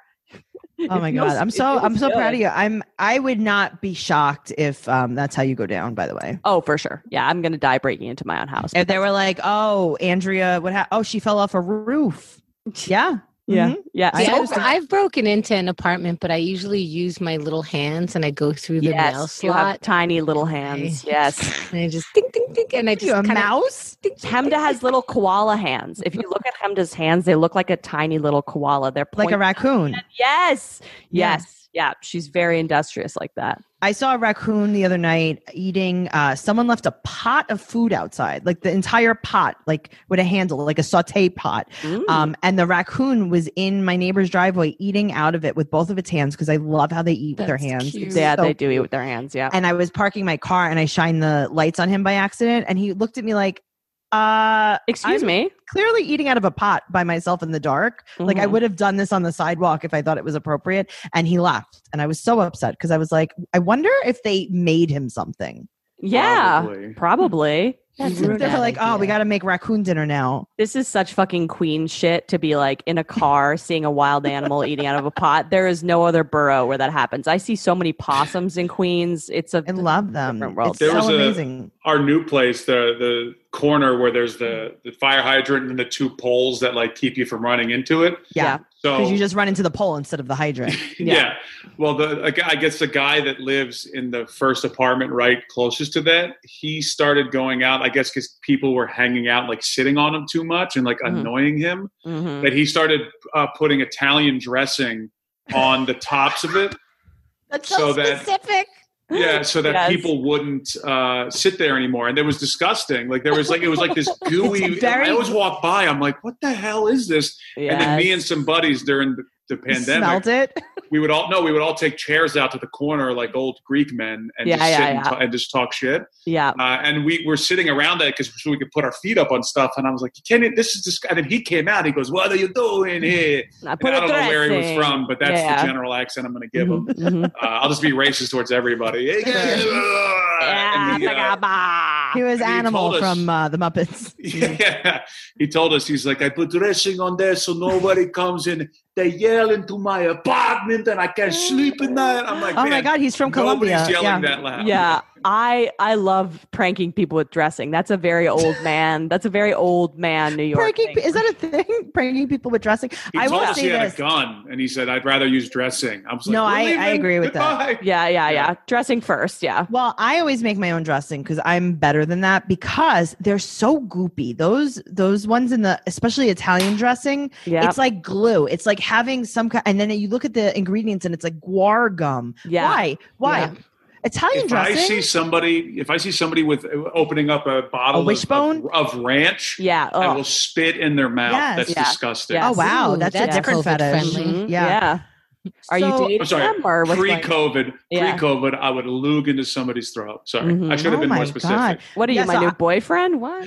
Speaker 2: Oh my god, I'm so I'm so proud of you. I'm I would not be shocked if um that's how you go down. By the way,
Speaker 3: oh for sure yeah i'm gonna die breaking into my own house
Speaker 2: if they were like, oh Andrea, what? Ha- oh, she fell off a roof. Yeah,
Speaker 3: yeah
Speaker 2: Mhm.
Speaker 3: yeah
Speaker 2: I
Speaker 4: See,
Speaker 3: So
Speaker 4: I've,
Speaker 2: understand.
Speaker 4: I've broken into an apartment, but I usually use my little hands and I go through the nail
Speaker 3: yes you have
Speaker 4: slot.
Speaker 3: tiny little hands
Speaker 4: Okay.
Speaker 3: yes
Speaker 4: And I just think, think, think, and I just
Speaker 2: you a
Speaker 4: kinda-
Speaker 2: mouse?
Speaker 4: Ding, ding,
Speaker 3: Hemda
Speaker 4: ding.
Speaker 3: has little koala hands. If you look at Hemda's hands, they look like a tiny little koala. They're
Speaker 2: Like a
Speaker 3: point-
Speaker 2: raccoon.
Speaker 3: yes, yes, yeah. She's very industrious like that.
Speaker 2: I saw a raccoon the other night eating. Uh, someone left a pot of food outside, like the entire pot, like with a handle, like a saute pot.
Speaker 4: Hmm.
Speaker 2: Um, and the raccoon was in my neighbor's driveway eating out of it with both of its hands because I love how they eat with their
Speaker 4: That's
Speaker 2: hands.
Speaker 4: cute.
Speaker 2: It's
Speaker 3: yeah,
Speaker 2: so
Speaker 3: they do eat with their hands. Yeah,
Speaker 2: and I was parking my car and I shined the lights on him by accident and he looked at me like uh
Speaker 3: excuse
Speaker 2: I'm
Speaker 3: me.
Speaker 2: clearly eating out of a pot by myself in the dark like I
Speaker 3: Mhm.
Speaker 2: would have done this on the sidewalk if I thought it was appropriate and he laughed and I was so upset because I was like I wonder if they made him something
Speaker 3: Yeah,
Speaker 5: Probably.
Speaker 3: probably.
Speaker 4: That's
Speaker 2: they
Speaker 4: a
Speaker 2: were
Speaker 4: bad
Speaker 2: like oh we
Speaker 4: idea.
Speaker 2: got to make raccoon dinner now
Speaker 3: This is such fucking queen shit to be like in a car seeing a wild animal eating out of a pot. There is no other borough where that happens. I see so many possums in Queens. It's a
Speaker 2: I love them
Speaker 3: Different world.
Speaker 2: it's
Speaker 5: There
Speaker 2: so
Speaker 5: was a-
Speaker 2: amazing
Speaker 5: our new place, the the corner where there's the the fire hydrant and the two poles that like keep you from running into it.
Speaker 2: Yeah.
Speaker 5: So
Speaker 2: Because you just run into the pole instead of the hydrant.
Speaker 5: yeah. Well, the a guy- I guess the guy that lives in the first apartment right closest to that, he started going out. I guess because people were hanging out, like sitting on him too much and like
Speaker 3: Mhm.
Speaker 5: annoying him,
Speaker 3: Mhm.
Speaker 5: that he started uh, putting Italian dressing on the tops of it.
Speaker 4: That's
Speaker 5: so So that-
Speaker 4: specific.
Speaker 5: Yeah, so that
Speaker 3: Yes.
Speaker 5: people wouldn't uh, sit there anymore, and it was disgusting. Like there was like it was like this gooey.
Speaker 2: It's very-
Speaker 5: I always walk by. I'm like, what the hell is this? And then me
Speaker 3: Yes.
Speaker 5: and some buddies during the, the
Speaker 2: You
Speaker 5: pandemic,
Speaker 2: smelled it.
Speaker 5: we would all no, we would all take chairs out to the corner like old Greek men and
Speaker 3: Yeah,
Speaker 5: just sit
Speaker 3: yeah,
Speaker 5: and,
Speaker 3: yeah.
Speaker 5: ta- and just talk shit.
Speaker 3: yeah.
Speaker 5: Uh, and we were sitting around that because so we could put our feet up on stuff. And I was like, "Can you, this is this?" And then he came out. He goes, "What are you doing here?"
Speaker 3: I
Speaker 5: And
Speaker 3: put
Speaker 5: I
Speaker 3: a
Speaker 5: don't know where he was
Speaker 3: dressing.
Speaker 5: from, but that's
Speaker 3: Yeah.
Speaker 5: the general accent I'm going to give him.
Speaker 3: Mhm, mhm.
Speaker 5: Uh, I'll just be racist towards everybody. yeah,
Speaker 3: Yeah,
Speaker 5: and he,
Speaker 3: I
Speaker 5: uh,
Speaker 3: got by.
Speaker 2: He was
Speaker 5: And he
Speaker 2: Animal
Speaker 5: told us-
Speaker 2: from uh, The Muppets.
Speaker 5: yeah. He told us he's like, I put dressing on there so nobody comes in. They yell into my apartment and I can't sleep at night. I'm like,
Speaker 2: Oh my
Speaker 5: "Man,
Speaker 2: God, he's from Colombia.
Speaker 5: Nobody's yelling
Speaker 2: yeah.
Speaker 5: that loud.
Speaker 3: yeah i i love pranking people with dressing that's a very old man that's a very old man new york
Speaker 2: Pranking,
Speaker 3: thing.
Speaker 2: is that a thing? Pranking people with dressing?
Speaker 5: He
Speaker 2: I
Speaker 5: told
Speaker 2: will
Speaker 5: us he
Speaker 2: say
Speaker 5: had
Speaker 2: this.
Speaker 5: a gun, and he said, "I'd rather use dressing." I was like,
Speaker 2: No,
Speaker 5: "We're
Speaker 2: I- I
Speaker 5: leaving.
Speaker 2: agree with that.
Speaker 5: Goodbye."
Speaker 3: yeah yeah
Speaker 5: Yeah.
Speaker 3: yeah dressing first yeah
Speaker 2: Well, I always make my own dressing because I'm better than that because they're so goopy. Those those ones in the especially Italian dressing,
Speaker 3: yeah
Speaker 2: it's like glue. It's like having some kind and then you look at the ingredients and it's like guar gum.
Speaker 3: yeah
Speaker 2: Why? Why?
Speaker 3: Yeah.
Speaker 2: Italian
Speaker 5: If I
Speaker 2: dressing?
Speaker 5: see somebody, if I see somebody with uh, opening up a bottle of-
Speaker 2: wishbone?
Speaker 5: of, of ranch,
Speaker 3: yeah
Speaker 5: I
Speaker 3: oh.
Speaker 5: will spit in their mouth.
Speaker 2: Yes.
Speaker 5: That's
Speaker 3: Yeah.
Speaker 5: disgusting.
Speaker 3: Yeah.
Speaker 2: oh wow,
Speaker 4: Ooh,
Speaker 2: that's,
Speaker 4: that's
Speaker 2: a different
Speaker 4: COVID
Speaker 2: fetish.
Speaker 4: friendly.
Speaker 3: Mhm,
Speaker 2: Yeah.
Speaker 3: yeah are
Speaker 2: So-
Speaker 3: you
Speaker 5: I'm
Speaker 3: dating
Speaker 5: sorry.
Speaker 3: them or what's going-
Speaker 5: Pre-COVID,
Speaker 3: Yeah.
Speaker 5: pre-COVID, I would lug into somebody's throat. Sorry,
Speaker 3: Mhm.
Speaker 5: I should
Speaker 2: Oh
Speaker 5: have been
Speaker 2: my
Speaker 5: more specific.
Speaker 2: God.
Speaker 3: what are you
Speaker 2: Yeah,
Speaker 3: my
Speaker 2: so
Speaker 3: new
Speaker 2: I-
Speaker 3: boyfriend what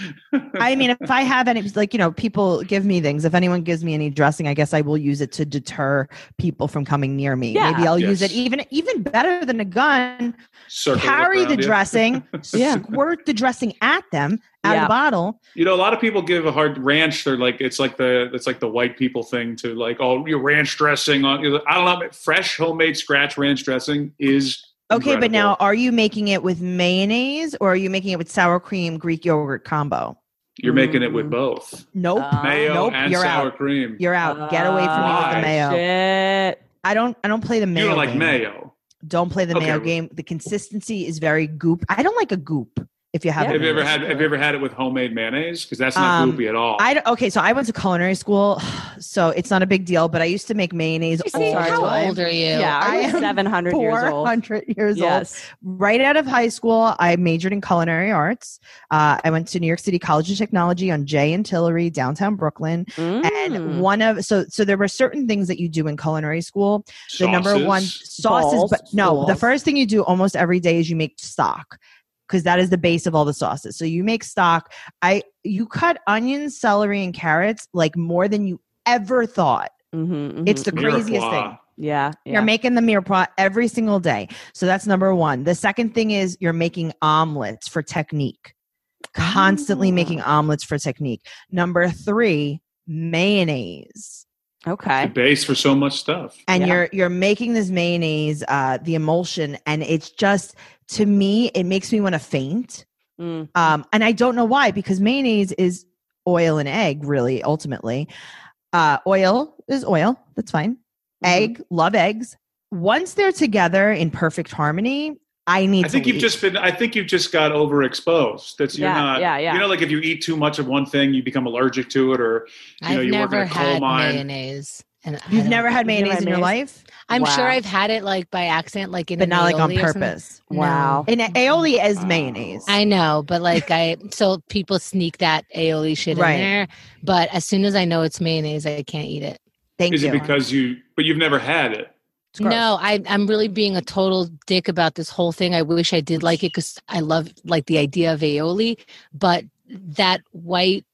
Speaker 2: I mean, if I have any, like, you know, people give me things. If anyone gives me any dressing, I guess I will use it to deter people from coming near me.
Speaker 3: Yeah.
Speaker 2: Maybe I'll use
Speaker 5: Yes.
Speaker 2: it even, even better than a gun.
Speaker 5: Circle
Speaker 2: Carry
Speaker 5: around
Speaker 2: the
Speaker 5: you.
Speaker 2: dressing,
Speaker 3: Yeah.
Speaker 2: squirt the dressing at them out of
Speaker 3: Yeah.
Speaker 2: the bottle.
Speaker 5: You know, a lot of people give a hard ranch. They're like, it's like the it's like the white people thing to like, oh, your ranch dressing on. You're like, I don't know, fresh homemade scratch ranch dressing is
Speaker 2: Okay, but now
Speaker 5: incredible.
Speaker 2: are you making it with mayonnaise or are you making it with sour cream Greek yogurt combo?
Speaker 5: you're making it with
Speaker 3: Mm.
Speaker 5: both
Speaker 2: Nope.
Speaker 3: Uh,
Speaker 5: mayo
Speaker 2: nope,
Speaker 5: and
Speaker 2: you're
Speaker 5: sour
Speaker 2: out.
Speaker 5: cream.
Speaker 2: You're out. Get away from me with
Speaker 5: Why?
Speaker 2: the mayo.
Speaker 3: Ah, Shit.
Speaker 2: I don't I don't play the mayo.
Speaker 5: you don't like
Speaker 2: game.
Speaker 5: mayo.
Speaker 2: Don't play the
Speaker 5: Okay.
Speaker 2: mayo game. The consistency is very goop. I don't like a goop if you have
Speaker 3: Yeah.
Speaker 2: it
Speaker 5: Have you
Speaker 2: in
Speaker 5: ever
Speaker 2: there.
Speaker 5: had Have you ever had it with homemade mayonnaise? Because that's not
Speaker 2: Um,
Speaker 5: goopy at all.
Speaker 2: I don't- okay, so I went to culinary school, so it's not a big deal. But I used to make mayonnaise
Speaker 3: You see,
Speaker 2: all
Speaker 3: how
Speaker 2: the
Speaker 4: How
Speaker 2: time.
Speaker 4: old are you?
Speaker 3: yeah
Speaker 2: I
Speaker 3: i
Speaker 2: am
Speaker 3: am 700 years old
Speaker 2: 400 years old.
Speaker 3: yes
Speaker 2: Right out of high school, I majored in culinary arts. Uh, I went to New York City College of Technology on Jay and Tillery, downtown Brooklyn. And
Speaker 3: Mm.
Speaker 2: one of so so there were certain things that you do in culinary school. The number one
Speaker 5: Sauces.
Speaker 2: sauces,
Speaker 3: Balls.
Speaker 2: but no, the
Speaker 3: Balls.
Speaker 2: first thing you do almost every day is you make stock because that is the base of all the sauces. So you make stock. I you cut onions, celery, and carrots like more than you ever thought.
Speaker 3: Mhm, mhm.
Speaker 2: It's the craziest
Speaker 5: Mirepoix.
Speaker 2: thing.
Speaker 3: yeah, yeah.
Speaker 2: You're making the mirepoix every single day. So that's number one. The second thing is you're making omelets for technique, constantly
Speaker 3: Ah.
Speaker 2: making omelets for technique. Number three, mayonnaise.
Speaker 3: okay
Speaker 5: base for so much stuff.
Speaker 2: And
Speaker 3: Yeah.
Speaker 2: you're you're making this mayonnaise, uh, the emulsion, and it's just to me, it makes me want to faint.
Speaker 3: Mm.
Speaker 2: Um, and I don't know why, because mayonnaise is oil and egg, really, ultimately. Uh, oil is oil. That's fine. Egg, love eggs. Once they're together in perfect harmony, I need
Speaker 5: I think
Speaker 2: to
Speaker 5: you've
Speaker 2: leave.
Speaker 5: just been. I think you've just got overexposed. That's you're
Speaker 3: Yeah,
Speaker 5: not.
Speaker 3: yeah, yeah.
Speaker 5: You know, like if you eat too much of one thing, you become allergic to it, or you know,
Speaker 4: I've
Speaker 5: you work in
Speaker 4: never
Speaker 5: a coal
Speaker 4: had
Speaker 5: mine.
Speaker 4: mayonnaise. And I
Speaker 2: You've
Speaker 4: don't-
Speaker 2: never had
Speaker 3: You've never
Speaker 2: mayonnaise
Speaker 3: had
Speaker 2: in your life,
Speaker 4: I'm sure
Speaker 3: Wow.
Speaker 4: I've had it like by accident, like in
Speaker 2: but
Speaker 4: an
Speaker 2: not like on
Speaker 4: aioli or something.
Speaker 2: purpose.
Speaker 4: No.
Speaker 3: Wow.
Speaker 2: And aioli is
Speaker 5: Wow.
Speaker 2: mayonnaise.
Speaker 4: I know, but like I, so people sneak that aioli shit
Speaker 2: Right.
Speaker 4: in there. But as soon as I know it's mayonnaise, I can't eat it.
Speaker 2: Thank
Speaker 5: Is
Speaker 2: you.
Speaker 5: it because you? But you've never had it.
Speaker 2: It's gross.
Speaker 4: No, I, I'm really being a total dick about this whole thing. I wish I did like it because I love like the idea of aioli, but that white,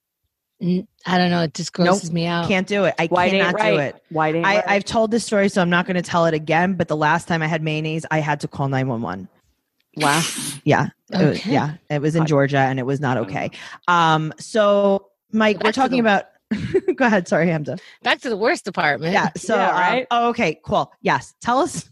Speaker 4: n- I don't know, it just grosses me out.
Speaker 2: can't do it. I
Speaker 3: White ain't
Speaker 2: cannot do
Speaker 3: right.
Speaker 2: it.
Speaker 3: White ain't
Speaker 2: I,
Speaker 3: right.
Speaker 2: I've told this story, so I'm not going to tell it again. But the last time I had mayonnaise, I had to call 911.
Speaker 3: Wow.
Speaker 2: Yeah. It was-
Speaker 4: Okay.
Speaker 2: yeah. It was in
Speaker 3: God.
Speaker 2: Georgia and it was not okay. Um, so, Mike,
Speaker 4: Back
Speaker 2: we're
Speaker 4: to
Speaker 2: talking
Speaker 4: the-
Speaker 2: about. Go ahead. Sorry, Hamza.
Speaker 4: Back to the worst department.
Speaker 2: Yeah. So,
Speaker 3: Yeah,
Speaker 2: um,
Speaker 3: right?
Speaker 2: oh, okay. Cool. Yes. Tell us.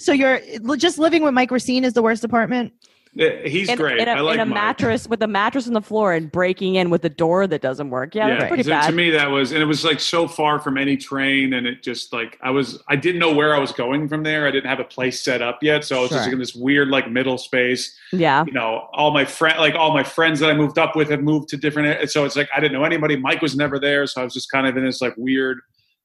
Speaker 2: so, you're just living with Mike Racine is the worst apartment?
Speaker 5: Eh, He's
Speaker 3: in,
Speaker 5: great.
Speaker 3: in a,
Speaker 5: I like
Speaker 3: in a
Speaker 5: Mike.
Speaker 3: mattress with a mattress on the floor and breaking in with a door that doesn't work. Yeah, that's pretty
Speaker 5: to,
Speaker 3: bad.
Speaker 5: to me that was, and it was like so far from any train, and it just like I was, I didn't know where I was going from there. I didn't have a place set up yet, so I was just
Speaker 2: Sure.
Speaker 5: in this weird like middle space.
Speaker 3: yeah,
Speaker 5: You know, all my friend, like all my friends that I moved up with, have moved to different. and So it's like I didn't know anybody. Mike was never there, so I was just kind of in this like weird,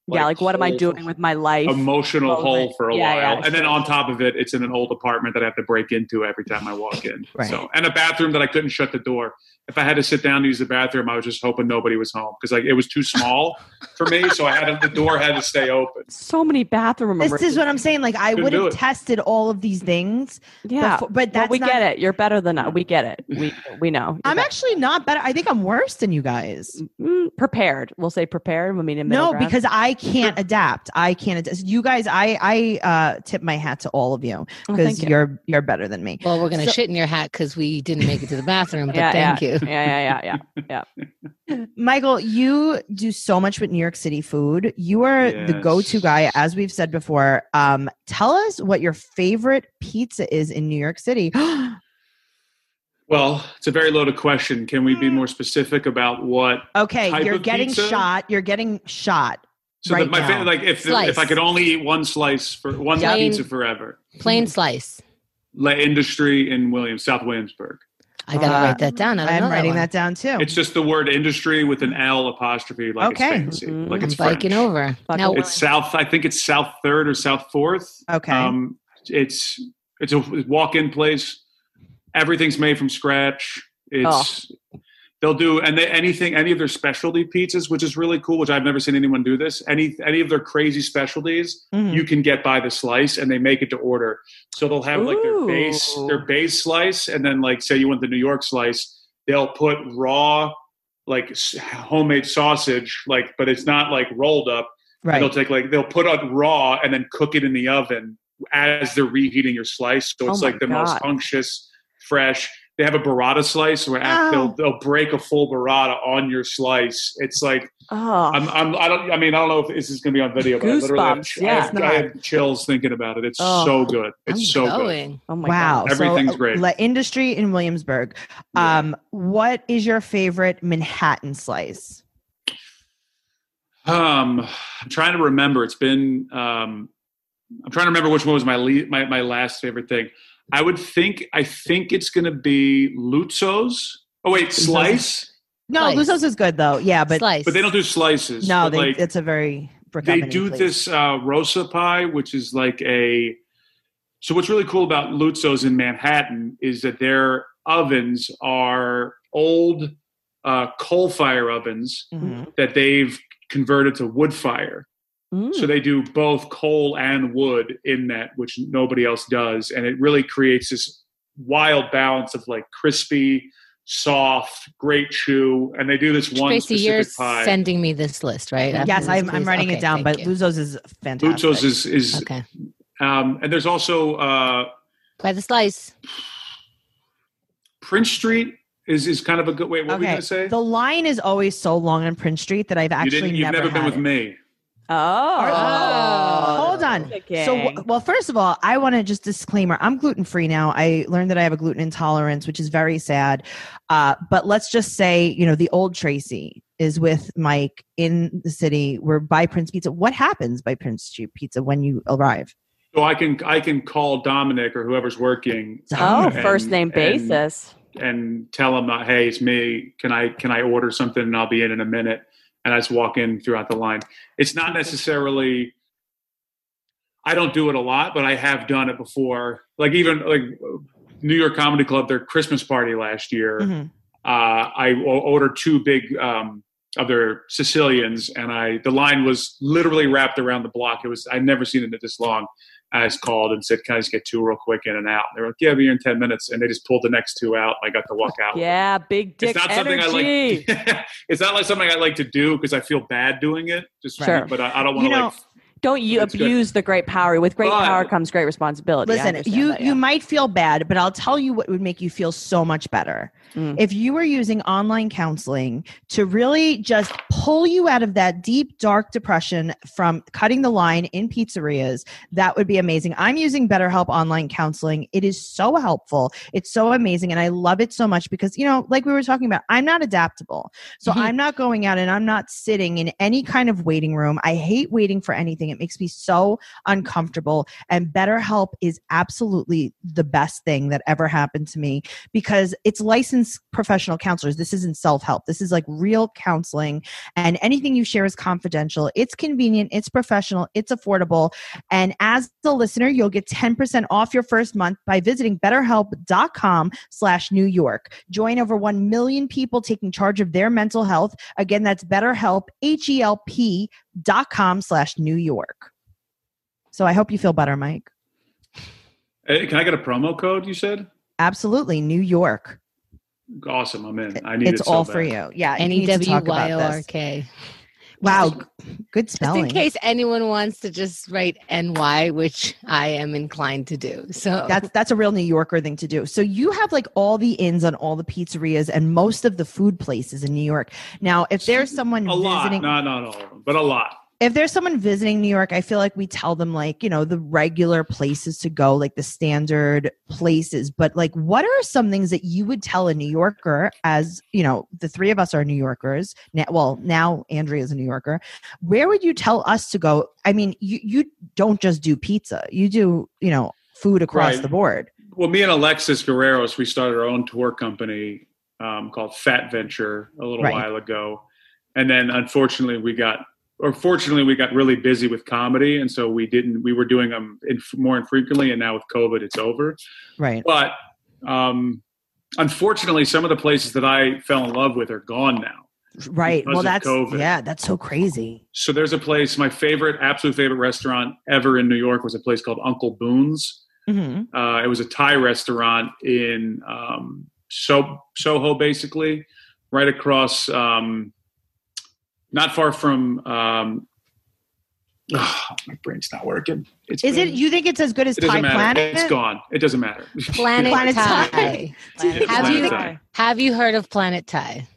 Speaker 3: yeah. Like, what am I
Speaker 5: hole-
Speaker 3: doing with my life?
Speaker 5: Emotional
Speaker 3: Well,
Speaker 5: hole
Speaker 3: like,
Speaker 5: for a
Speaker 3: yeah, yeah,
Speaker 5: while, and then
Speaker 3: sure.
Speaker 5: on top of it, it's in an old apartment that I have to break into every time I walk in.
Speaker 2: Right.
Speaker 5: So, and a bathroom that I couldn't shut the door. If I had to sit down to use the bathroom, I was just hoping nobody was home because like it was too small for me. So I had to, the door had to stay open.
Speaker 3: so many bathroom.
Speaker 2: This is what I'm saying. Like I
Speaker 5: Couldn't
Speaker 2: would
Speaker 5: do
Speaker 2: have
Speaker 5: it.
Speaker 2: tested all of these things.
Speaker 3: Yeah,
Speaker 2: before- but
Speaker 3: Well,
Speaker 2: that's
Speaker 3: we
Speaker 2: not-
Speaker 3: get it. You're better than us. We get it. We we know. You're
Speaker 2: I'm
Speaker 3: better.
Speaker 2: actually not better. I think I'm worse than you guys.
Speaker 3: Mm, prepared. We'll say prepared. We'll mean in middle
Speaker 2: No,
Speaker 3: ground.
Speaker 2: because I can't adapt. I can't adapt. You guys, I I uh, tip my hat to all of you
Speaker 3: Oh,
Speaker 2: because
Speaker 3: thank you.
Speaker 2: you're you're better than me.
Speaker 4: Well, we're gonna
Speaker 2: So-
Speaker 4: shit in your hat because we didn't make it to the bathroom. But
Speaker 3: Yeah,
Speaker 4: thank you.
Speaker 3: yeah, yeah, yeah,
Speaker 2: Michael, you do so much with New York City food. You are the
Speaker 5: Yes.
Speaker 2: go-to guy, as we've said before. Um, tell us what your favorite pizza is in New York City.
Speaker 5: Well, it's a very loaded question. Can we be more specific about what?
Speaker 2: okay,
Speaker 5: Type
Speaker 2: you're
Speaker 5: of
Speaker 2: getting
Speaker 5: pizza?
Speaker 2: shot. You're getting shot.
Speaker 5: So
Speaker 2: Right
Speaker 5: that my
Speaker 2: now.
Speaker 5: fa- like if
Speaker 4: Slice.
Speaker 5: if I could only eat one slice for one
Speaker 4: Plain-
Speaker 5: pizza forever,
Speaker 4: Plain slice.
Speaker 5: La Industry in Williams, South Williamsburg.
Speaker 4: I gotta
Speaker 2: Uh,
Speaker 4: write that down. I don't
Speaker 2: I'm
Speaker 4: know
Speaker 2: writing
Speaker 4: one.
Speaker 2: that, down too.
Speaker 5: It's just the word industry with an L apostrophe, like
Speaker 2: Oh. Okay.
Speaker 5: it's fancy,
Speaker 3: Mhm.
Speaker 5: like
Speaker 4: I'm
Speaker 5: it's
Speaker 4: biking
Speaker 5: French.
Speaker 4: over.
Speaker 3: Fucking
Speaker 4: Now,
Speaker 3: over.
Speaker 5: It's South. I think it's South Third or South Fourth.
Speaker 2: okay.
Speaker 5: Um, it's it's a walk-in place. Everything's made from scratch. It's they'll do and they anything any of their specialty pizzas, which is really cool. Which I've never seen anyone do this. Any any of their crazy specialties,
Speaker 2: Mhm.
Speaker 5: you can get by the slice, and they make it to order. So they'll have like their base
Speaker 3: Ooh.
Speaker 5: their base slice, and then like say you want the New York slice, they'll put raw like s- homemade sausage, like but it's not like rolled up. And
Speaker 2: right.
Speaker 5: they'll take like they'll put it raw and then cook it in the oven as they're reheating your slice. So
Speaker 3: Oh
Speaker 5: it's
Speaker 3: my
Speaker 5: like the
Speaker 3: God.
Speaker 5: most unctuous, fresh. They have a burrata slice where
Speaker 2: Oh.
Speaker 5: af they'll they'll break a full burrata on your slice. It's like
Speaker 3: Oh,
Speaker 5: I'm I'm I don't I mean I don't know if this is gonna be on video, but I literally have,
Speaker 3: Goosebumps,
Speaker 5: I have-
Speaker 3: yeah.
Speaker 5: I have chills thinking about it. It's
Speaker 3: Oh.
Speaker 5: so good. It's
Speaker 4: I'm
Speaker 5: so good.
Speaker 4: going.
Speaker 3: oh my
Speaker 2: Wow.
Speaker 3: God.
Speaker 2: So,
Speaker 5: Everything's
Speaker 2: uh,
Speaker 5: great.
Speaker 2: La industry in Williamsburg.
Speaker 5: Yeah.
Speaker 2: Um, what is your favorite Manhattan slice?
Speaker 5: Um, I'm trying to remember. It's been um, I'm trying to remember which one was my le- my my last favorite thing. I would think I think it's going to be Luzzo's. Oh wait, slice,
Speaker 2: No,
Speaker 4: Slice.
Speaker 2: Luzos is good though. Yeah, but
Speaker 4: slice.
Speaker 5: but they don't do slices.
Speaker 2: no,
Speaker 5: But,
Speaker 2: they,
Speaker 5: like,
Speaker 2: it's a very brick
Speaker 5: they
Speaker 2: oven
Speaker 5: do
Speaker 2: place.
Speaker 5: this uh, rosa pie, which is like a. So what's really cool about Luzzo's in Manhattan is that their ovens are old uh, coal fire ovens
Speaker 2: Mhm.
Speaker 5: that they've converted to wood fire.
Speaker 3: Mm.
Speaker 5: So they do both coal and wood in that, which nobody else does, and it really creates this wild balance of like crispy, soft, great chew. And they do this one
Speaker 4: Tracy, you're
Speaker 5: specific pie.
Speaker 4: sending me this list, right? After
Speaker 2: Yes,
Speaker 4: this,
Speaker 2: I'm, I'm
Speaker 4: please?
Speaker 2: writing
Speaker 4: Okay,
Speaker 2: it down,
Speaker 4: thank
Speaker 2: but
Speaker 4: you.
Speaker 2: Luzos is fantastic.
Speaker 5: Luzzo's is is,
Speaker 4: okay.
Speaker 5: um, and there's also uh,
Speaker 4: By the slice.
Speaker 5: Prince Street is is kind of a good. Wait, what were you
Speaker 2: okay.
Speaker 5: gonna say?
Speaker 2: The line is always so long on Prince Street that I've
Speaker 5: you
Speaker 2: actually
Speaker 5: didn't. You've never, been
Speaker 2: had
Speaker 5: with
Speaker 2: it.
Speaker 5: me.
Speaker 3: Oh,
Speaker 2: Hold on. So, w- well, first of all, I want to just disclaimer I'm gluten free now. I learned that I have a gluten intolerance, which is very sad. Uh, but let's just say, you know, the old Tracy is with Mike in the city. We're by Prince Pizza. What happens by Prince Street Pizza when you arrive?
Speaker 5: So I can I can call Dominic or whoever's working.
Speaker 3: oh,
Speaker 5: um,
Speaker 3: first
Speaker 5: and-
Speaker 3: name
Speaker 5: and-
Speaker 3: basis.
Speaker 5: and tell them, uh, "Hey, it's me. Can I can I order something? And I'll be in in a minute." And I just walk in throughout the line. It's not necessarily. I don't do it a lot, but I have done it before. Like even like New York Comedy Club, their Christmas party last year.
Speaker 2: Mhm.
Speaker 5: Uh, I o- ordered two big um, of their Sicilians, and I the line was literally wrapped around the block. It was I'd never seen it this long. I just called and said, "Can I just get two real quick in and out?" They were like, "Yeah, be here in ten minutes," and they just pulled the next two out. I got to walk out.
Speaker 3: Yeah, big dick
Speaker 5: it's not
Speaker 3: energy.
Speaker 5: something I like. it's not like something I like to do because I feel bad doing it. Just
Speaker 3: Sure.
Speaker 5: but I, I don't want
Speaker 2: You
Speaker 5: to
Speaker 2: know,
Speaker 5: like
Speaker 3: don't you
Speaker 5: That's good.
Speaker 3: abuse the great power. With great
Speaker 5: But-
Speaker 3: power comes great responsibility. I
Speaker 2: Listen,
Speaker 3: understand
Speaker 2: you
Speaker 3: that, yeah.
Speaker 2: you might feel bad, but I'll tell you what would make you feel so much better.
Speaker 3: Mm.
Speaker 2: If you were using online counseling to really just pull you out of that deep dark depression from cutting the line in pizzerias, that would be amazing. I'm using BetterHelp online counseling. It is so helpful. It's so amazing and I love it so much because you know, like we were talking about, I'm not adaptable. So
Speaker 3: Mm-hmm.
Speaker 4: Mhm.
Speaker 2: I'm not going out and I'm not sitting in any kind of waiting room. I hate waiting for anything. It makes me so uncomfortable and BetterHelp is absolutely the best thing that ever happened to me because it's licensed professional counselors. This isn't self help. This is like real counseling, and anything you share is confidential. It's convenient, it's professional, it's affordable. And as the listener, you'll get 10% off your first month by visiting betterhelp.com slash New York. Join over 1 million people taking charge of their mental health. Again, that's betterhelp, H-E-L-P dot com slash New York. So I hope you feel better, Mike.
Speaker 5: Hey, Eh, can I get a promo code? You said
Speaker 2: Absolutely, New York.
Speaker 5: awesome. I'm in. I need
Speaker 2: It's
Speaker 5: it so
Speaker 2: all
Speaker 5: bad.
Speaker 2: for you. Yeah, you
Speaker 4: N e
Speaker 2: need to
Speaker 4: w
Speaker 2: talk
Speaker 4: y o
Speaker 2: about
Speaker 4: r
Speaker 2: this.
Speaker 4: k.
Speaker 2: Wow, g- good
Speaker 4: Just in
Speaker 2: spelling.
Speaker 4: case anyone wants to just write N Y, which I am inclined to do. So
Speaker 2: That's that's a real New Yorker thing to do. So you have like all the ins on all the pizzerias and most of the food places in New York. Now, if there's someone
Speaker 5: A lot,
Speaker 2: visiting,
Speaker 5: not not all of them, but a lot.
Speaker 2: if there's someone visiting New York, I feel like we tell them like, you know, the regular places to go, like the standard places. But like, what are some things that you would tell a New Yorker as, you know, the three of us are New Yorkers. Now, well, now Andrea is a New Yorker. Where would you tell us to go? I mean, you, you don't just do pizza. You do, you know, food across
Speaker 5: Right.
Speaker 2: the board.
Speaker 5: Well, me and Alexis Guerreros, we started our own tour company um, called Fat Venture a little
Speaker 2: Right.
Speaker 5: while ago, and then unfortunately we got, or fortunately we got really busy with comedy, and so we didn't. We were doing them inf- more infrequently, and now with COVID, it's over.
Speaker 2: Right.
Speaker 5: But um, unfortunately, some of the places that I fell in love with are gone now.
Speaker 2: Right.
Speaker 5: because
Speaker 2: Well,
Speaker 5: of
Speaker 2: that's,
Speaker 5: COVID.
Speaker 2: yeah, that's so crazy.
Speaker 5: So there's a place, my favorite, absolute favorite restaurant ever in New York was a place called Uncle Boone's.
Speaker 2: hmm
Speaker 5: Uh, it was a Thai restaurant in um, so- Soho, basically, right across, um, not far from. Um, ugh, my brain's not working. It's
Speaker 2: Is
Speaker 5: been-
Speaker 2: it, you think it's as good as
Speaker 5: It doesn't
Speaker 2: Thai
Speaker 5: matter.
Speaker 2: Planet?
Speaker 5: It's gone. It doesn't matter.
Speaker 4: Planet,
Speaker 2: Planet
Speaker 4: Thai.
Speaker 2: Thai.
Speaker 5: Planet
Speaker 4: Have you-
Speaker 5: Thai.
Speaker 4: Have you heard of Planet Thai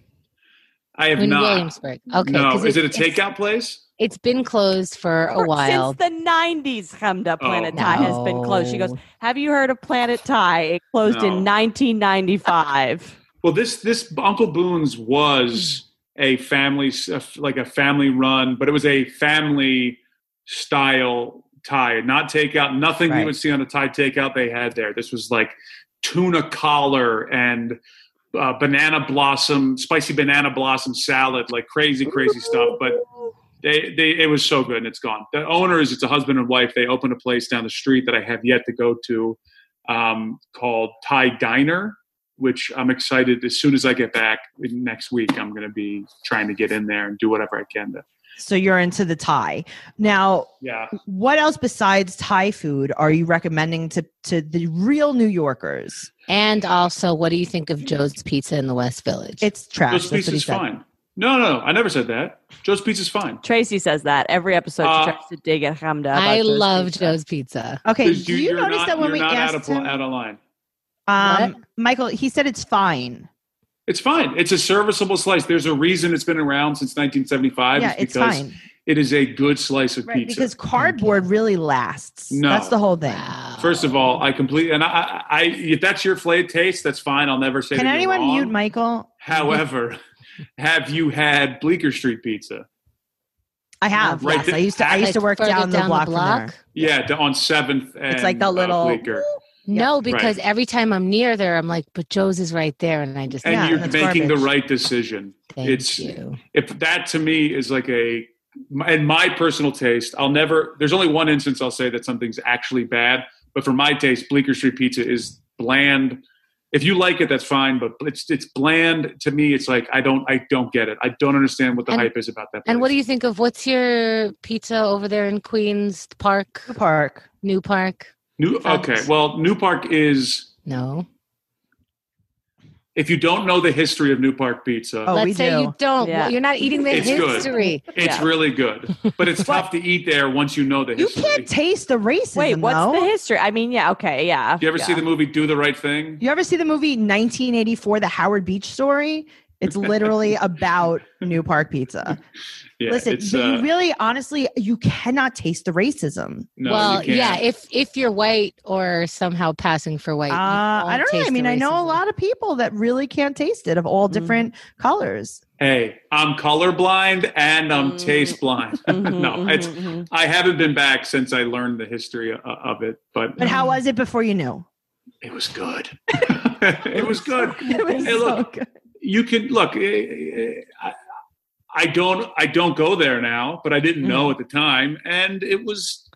Speaker 5: I have
Speaker 4: in
Speaker 5: not.
Speaker 4: Williamsburg? Okay,
Speaker 5: no,
Speaker 4: 'cause
Speaker 5: is it a
Speaker 4: it's- it's-
Speaker 5: takeout place?
Speaker 4: It's been closed for a while.
Speaker 3: Since the 90s, Hamda Planet
Speaker 5: Oh.
Speaker 3: Thai has been closed. She goes, Have you heard of Planet Thai? It closed in
Speaker 5: No.
Speaker 3: 1995.
Speaker 5: Well, this this Uncle Boone's was a family, like a family run, but it was a family style Thai, not takeout. Nothing
Speaker 2: Right.
Speaker 5: you would see on a Thai takeout they had there. This was like tuna collar and uh, banana blossom, spicy banana blossom salad, like crazy, crazy stuff. But they, they, it was so good, and it's gone. The owners, it's a husband and wife. They opened a place down the street that I have yet to go to, um, called Thai Diner, which I'm excited. As soon as I get back next week, I'm going to be trying to get in there and do whatever I can to.
Speaker 2: So you're into the Thai. Now,
Speaker 5: Yeah,
Speaker 2: what else besides Thai food are you recommending to, to the real New Yorkers?
Speaker 4: and also, what do you think of Joe's Pizza in the West Village?
Speaker 2: It's trash. Ah,
Speaker 5: Joe's
Speaker 2: That's what he
Speaker 5: Pizza's
Speaker 2: said.
Speaker 5: fine. No, no, no, I never said that. Joe's Pizza's fine.
Speaker 3: Tracy says that every episode.
Speaker 5: Uh,
Speaker 3: she tries to dig at Hamda. about
Speaker 4: I
Speaker 3: Joe's
Speaker 4: love
Speaker 3: pizza.
Speaker 4: Joe's Pizza.
Speaker 2: Okay.
Speaker 5: Because
Speaker 2: Do you
Speaker 5: you're
Speaker 2: notice
Speaker 5: not-
Speaker 2: that when
Speaker 5: you're
Speaker 2: we
Speaker 5: not
Speaker 2: asked
Speaker 5: out of, pl-
Speaker 2: him,
Speaker 5: out of line?
Speaker 2: um, Michael, he said it's fine.
Speaker 5: It's fine. It's a serviceable slice. There's a reason it's been around since 1975.
Speaker 2: yeah,
Speaker 5: is
Speaker 2: it's
Speaker 5: because
Speaker 2: fine.
Speaker 5: It is a good slice of
Speaker 2: Right,
Speaker 5: pizza.
Speaker 2: because cardboard really lasts.
Speaker 5: No.
Speaker 2: That's the whole thing.
Speaker 4: Wow.
Speaker 5: First of all, I completely and I, I, I if that's your flavor taste, that's fine. I'll never say.
Speaker 2: Can
Speaker 5: that
Speaker 2: anyone
Speaker 5: you're wrong.
Speaker 2: mute Michael?
Speaker 5: However, have you had Bleecker Street pizza?
Speaker 2: I have.
Speaker 5: Right,
Speaker 2: yes,
Speaker 5: th-
Speaker 2: I used to. I used
Speaker 4: Like,
Speaker 2: to work
Speaker 4: further
Speaker 2: down, the block. from there.
Speaker 5: Yeah, to- on Seventh. And,
Speaker 2: like the
Speaker 5: uh,
Speaker 2: little-
Speaker 5: Bleecker.
Speaker 4: No, because every time I'm near there, I'm like, but Joe's is right there, and I just
Speaker 5: And
Speaker 2: Yeah,
Speaker 5: you're
Speaker 2: that's
Speaker 5: making
Speaker 2: garbage.
Speaker 5: the right decision.
Speaker 4: thank
Speaker 5: it's-
Speaker 4: you.
Speaker 5: If that to me is like a, in my personal taste, I'll never. There's only one instance I'll say that something's actually bad, but for my taste, Bleecker Street pizza is bland. If you like it, that's fine, but it's it's bland to me. It's like I don't I don't get it. I don't understand what the
Speaker 4: And-
Speaker 5: hype is about that. Place.
Speaker 4: And what do you think of what's your pizza over there in Queens Park,
Speaker 2: The park.
Speaker 4: New Park?
Speaker 5: New
Speaker 4: Fabulous.
Speaker 5: okay. Well, New Park is
Speaker 4: No,
Speaker 5: if you don't know the history of New Park Pizza,
Speaker 2: Oh, we
Speaker 4: Let's say
Speaker 2: do.
Speaker 4: you don't.
Speaker 3: Yeah.
Speaker 4: You're not eating the
Speaker 5: It's good.
Speaker 4: history.
Speaker 5: it's
Speaker 3: yeah.
Speaker 5: really good. But it's tough to eat there once you know the
Speaker 2: You
Speaker 5: history.
Speaker 2: can't taste the racism.
Speaker 3: Wait, what's
Speaker 2: though.
Speaker 3: the history? I mean, yeah, okay, yeah.
Speaker 5: Do you ever see
Speaker 3: yeah.
Speaker 5: the movie Do the Right Thing?
Speaker 2: You ever see the movie 1984, The Howard Beach Story? It's literally about New Park Pizza.
Speaker 5: Yeah,
Speaker 2: Listen,
Speaker 5: it's,
Speaker 2: but
Speaker 5: uh,
Speaker 2: you really, honestly, you cannot taste the racism.
Speaker 5: no,
Speaker 4: well,
Speaker 5: you can't.
Speaker 4: yeah. If if you're white or somehow passing for white,
Speaker 2: Uh,
Speaker 4: you
Speaker 2: I
Speaker 4: won't
Speaker 2: don't know. I
Speaker 4: taste the
Speaker 2: mean, I know a
Speaker 4: racism.
Speaker 2: lot of people that really can't taste it of all
Speaker 5: Mm-hmm.
Speaker 3: Mhm.
Speaker 2: different colors.
Speaker 5: hey, I'm colorblind and I'm
Speaker 3: Mm.
Speaker 5: taste blind.
Speaker 3: Mhm,
Speaker 5: no,
Speaker 3: mhm,
Speaker 5: it's
Speaker 3: mhm.
Speaker 5: I haven't been back since I learned the history o- of it, but
Speaker 2: But how was it before you knew?
Speaker 5: it was good. it was good.
Speaker 2: It
Speaker 3: mm-hmm.
Speaker 2: was
Speaker 5: Hey, look,
Speaker 2: so good.
Speaker 5: you can look. eh, I, I don't. I don't go there now, but I didn't know at the time, and it was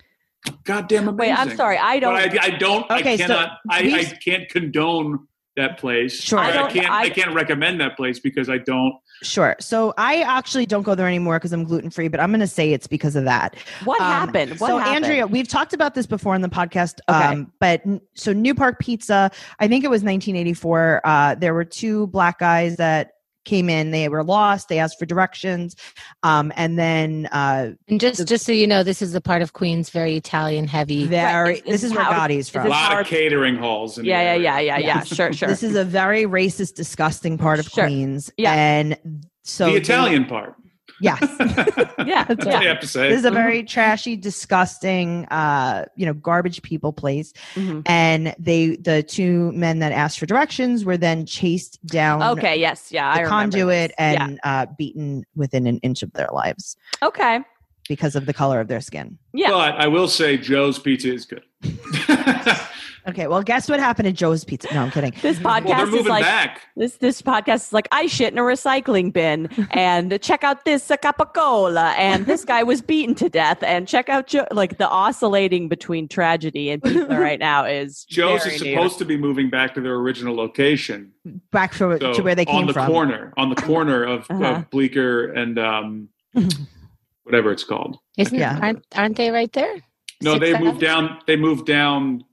Speaker 5: goddamn amazing.
Speaker 3: Wait, I'm sorry. I don't.
Speaker 5: But I, I don't.
Speaker 2: Okay,
Speaker 5: I
Speaker 2: so
Speaker 5: cannot. I, I
Speaker 2: these-
Speaker 5: can't condone that place.
Speaker 2: Sure.
Speaker 5: Or
Speaker 2: I
Speaker 5: I,
Speaker 3: don't-
Speaker 5: can't. I,
Speaker 3: I-
Speaker 5: can't recommend that place because I don't.
Speaker 2: Sure. So I actually don't go there anymore because I'm gluten free, but I'm going to say it's because of that.
Speaker 3: what
Speaker 2: Um,
Speaker 3: happened? What
Speaker 2: so
Speaker 3: happened?
Speaker 2: Andrea, we've talked about this before on the podcast.
Speaker 3: Okay.
Speaker 2: Um, but n- so New Park Pizza, I think it was 1984. Uh, there were two black guys that came in. They were lost. They asked for directions, um, and then uh,
Speaker 4: And just just so you know, this is the part of Queens very Italian heavy.
Speaker 2: very.
Speaker 3: Is- is
Speaker 2: this is where
Speaker 3: how-
Speaker 2: Gotti's
Speaker 5: A
Speaker 2: from.
Speaker 3: It's
Speaker 5: lot
Speaker 3: hard-
Speaker 5: of catering halls. In the
Speaker 3: yeah, yeah,
Speaker 5: area.
Speaker 3: yeah, yeah,
Speaker 2: Yeah.
Speaker 3: yeah. Sure, sure.
Speaker 2: This is a very racist, disgusting part of
Speaker 3: Sure.
Speaker 2: Queens.
Speaker 3: Yeah.
Speaker 2: and so
Speaker 5: the
Speaker 2: they-
Speaker 5: Italian part.
Speaker 2: yes.
Speaker 3: yeah,
Speaker 5: That's
Speaker 3: yeah.
Speaker 5: all you have to say.
Speaker 2: This is a very trashy, disgusting, uh, you know, garbage people place.
Speaker 3: Mhm.
Speaker 2: And they, the two men that asked for directions, were then chased down
Speaker 3: Okay. Yes. Yeah. I
Speaker 2: the
Speaker 3: remember
Speaker 2: conduit
Speaker 3: this. Yeah.
Speaker 2: and uh, beaten within an inch of their lives
Speaker 3: Okay.
Speaker 2: because of the color of their skin.
Speaker 3: Yeah.
Speaker 5: But I will say Joe's pizza is good. well,
Speaker 2: Okay, well, guess what happened at Joe's Pizza? No, I'm kidding.
Speaker 3: This
Speaker 5: they're
Speaker 3: podcast is
Speaker 5: moving
Speaker 3: like
Speaker 5: back.
Speaker 3: this. This podcast is like I shit in a recycling bin, and check out this Acapacola, and this guy was beaten to death, and check out Joe. Like the oscillating between tragedy and pizza right now is
Speaker 5: Joe's
Speaker 3: very
Speaker 5: is
Speaker 3: new.
Speaker 5: supposed to be moving back to their original location.
Speaker 2: Back for,
Speaker 5: So
Speaker 2: to where they
Speaker 5: on
Speaker 2: came
Speaker 5: the
Speaker 2: from.
Speaker 5: corner, on the corner of,
Speaker 3: Uh-huh.
Speaker 5: of Bleecker and um, whatever it's called.
Speaker 4: Isn't
Speaker 2: Yeah.
Speaker 4: aren't aren't they right there?
Speaker 5: No,
Speaker 4: Sixth
Speaker 5: they
Speaker 4: Ave?
Speaker 5: moved down. They moved down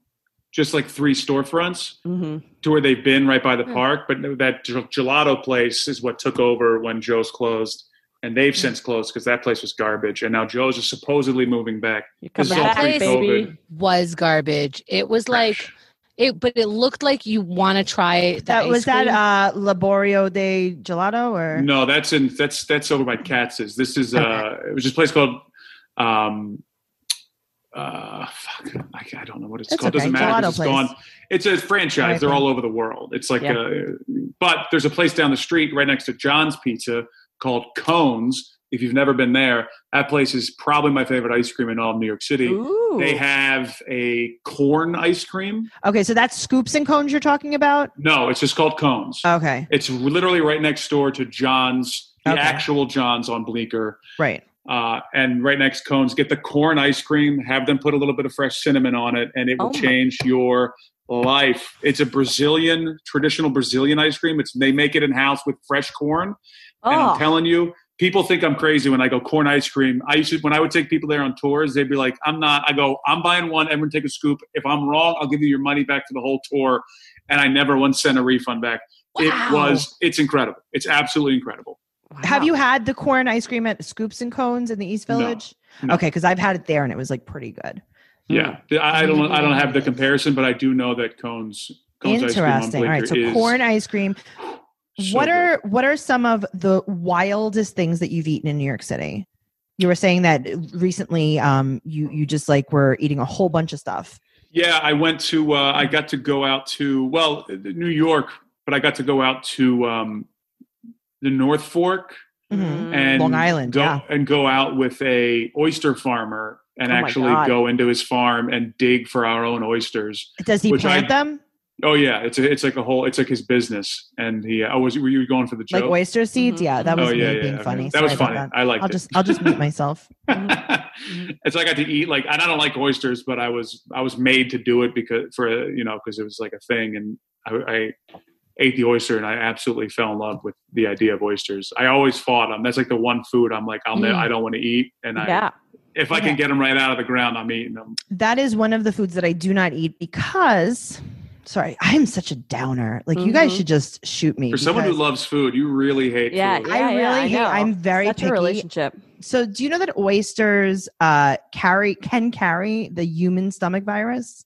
Speaker 5: just like three storefronts
Speaker 3: Mhm.
Speaker 5: to where they've been right by the park. But that gel- gelato place is what took over when Joe's closed, and they've since closed because that place was garbage. And now Joe's is supposedly moving back.
Speaker 3: You come
Speaker 5: This is all
Speaker 3: back,
Speaker 4: pre-COVID.
Speaker 3: baby.
Speaker 4: Was garbage. It was like it, but it looked like you want to try. the
Speaker 2: That
Speaker 4: ice
Speaker 2: was that
Speaker 4: cream.
Speaker 2: uh, Laborio de Gelato, or
Speaker 5: No, that's in that's that's over by Katz's. This is uh, it was just a place called. Um, uh, fuck, I, I don't know what it's
Speaker 2: That's
Speaker 5: called.
Speaker 2: okay.
Speaker 5: Doesn't matter.
Speaker 2: Gelato
Speaker 5: 'cause It's
Speaker 2: place.
Speaker 5: gone. It's a franchise.
Speaker 2: Right.
Speaker 5: They're all over the world. It's like,
Speaker 3: Yeah.
Speaker 5: a, but there's a place down the street right next to John's Pizza called Cones. If you've never been there, that place is probably my favorite ice cream in all of New York City.
Speaker 3: Ooh.
Speaker 5: They have a corn ice cream.
Speaker 2: okay, so that's scoops and cones you're talking about.
Speaker 5: No, it's just called Cones.
Speaker 2: Okay,
Speaker 5: It's literally right next door to John's, the
Speaker 2: Okay.
Speaker 5: actual John's on Bleecker.
Speaker 2: right.
Speaker 5: Uh, and right next cones, get the corn ice cream, have them put a little bit of fresh cinnamon on it, and it will
Speaker 3: Oh my-
Speaker 5: change your life. It's a Brazilian, traditional Brazilian ice cream. It's they make it in house with fresh corn. And
Speaker 3: Oh.
Speaker 5: I'm telling you, people think I'm crazy when I go corn ice cream. I used to, when I would take people there on tours, they'd be like, I'm not. I go, I'm buying one, everyone take a scoop. If I'm wrong, I'll give you your money back for the whole tour. And I never once sent a refund back. It was, it's incredible. It's absolutely incredible.
Speaker 2: Have
Speaker 3: Wow.
Speaker 2: you had the corn ice cream at Scoops and Cones in the East
Speaker 5: No.
Speaker 2: Village?
Speaker 5: No.
Speaker 2: Okay, because I've had it there and it was like pretty good.
Speaker 5: Yeah, I, I don't. I don't have the comparison, but I do know that cones. cones Ice
Speaker 2: Hmm, Interesting.
Speaker 5: cream
Speaker 2: All
Speaker 5: on
Speaker 2: right, so
Speaker 5: Bleecker is
Speaker 2: corn ice cream.
Speaker 5: so
Speaker 2: what
Speaker 5: good.
Speaker 2: are what are some of the wildest things that you've eaten in New York City? You were saying that recently, um, you you just like were eating a whole bunch of stuff.
Speaker 5: Yeah, I went to. Uh, I got to go out to well, New York, but I got to go out to um, the North Fork
Speaker 2: Mhm.
Speaker 3: Mm.
Speaker 5: and
Speaker 2: Long Island,
Speaker 5: Go,
Speaker 2: yeah.
Speaker 5: and go out with a oyster farmer and
Speaker 3: Oh my
Speaker 5: actually
Speaker 3: God.
Speaker 5: go into his farm and dig for our own oysters.
Speaker 2: Does he
Speaker 5: Which I-
Speaker 2: plant them
Speaker 5: Oh yeah, it's a, it's like a whole. It's like his business. And he. Oh, was were you going for the joke?
Speaker 2: like oyster seeds?
Speaker 3: Mhm.
Speaker 2: Yeah, that was
Speaker 5: oh yeah,
Speaker 2: me
Speaker 5: yeah.
Speaker 2: being
Speaker 5: okay.
Speaker 2: funny.
Speaker 5: That was
Speaker 2: Sorry
Speaker 5: funny.
Speaker 2: about that.
Speaker 5: I liked
Speaker 2: I'll
Speaker 5: it.
Speaker 2: just mm-hmm. I'll just mute myself.
Speaker 5: and so I got to eat like, and I don't like oysters, but I was I was made to do it because for you know because it was like a thing, and I, I ate the oyster and I absolutely fell in love with the idea of oysters. I always fought them. That's like the one food I'm like I'll ne-
Speaker 4: Mm.
Speaker 5: I don't want to eat, and I
Speaker 3: Yeah.
Speaker 5: if I can get them right out of the ground, I'm eating them.
Speaker 2: That is one of the foods that I do not eat because Sorry, I am such a downer. Like you guys
Speaker 3: Mhm.
Speaker 2: should just shoot me.
Speaker 5: For someone who
Speaker 2: because
Speaker 5: loves food, you really hate
Speaker 3: Yeah,
Speaker 5: food.
Speaker 3: yeah,
Speaker 2: I really
Speaker 3: I
Speaker 2: hate.
Speaker 3: know.
Speaker 2: I'm very
Speaker 3: That's
Speaker 2: picky.
Speaker 3: your relationship.
Speaker 2: So, do you know that oysters uh, carry can carry the human stomach virus,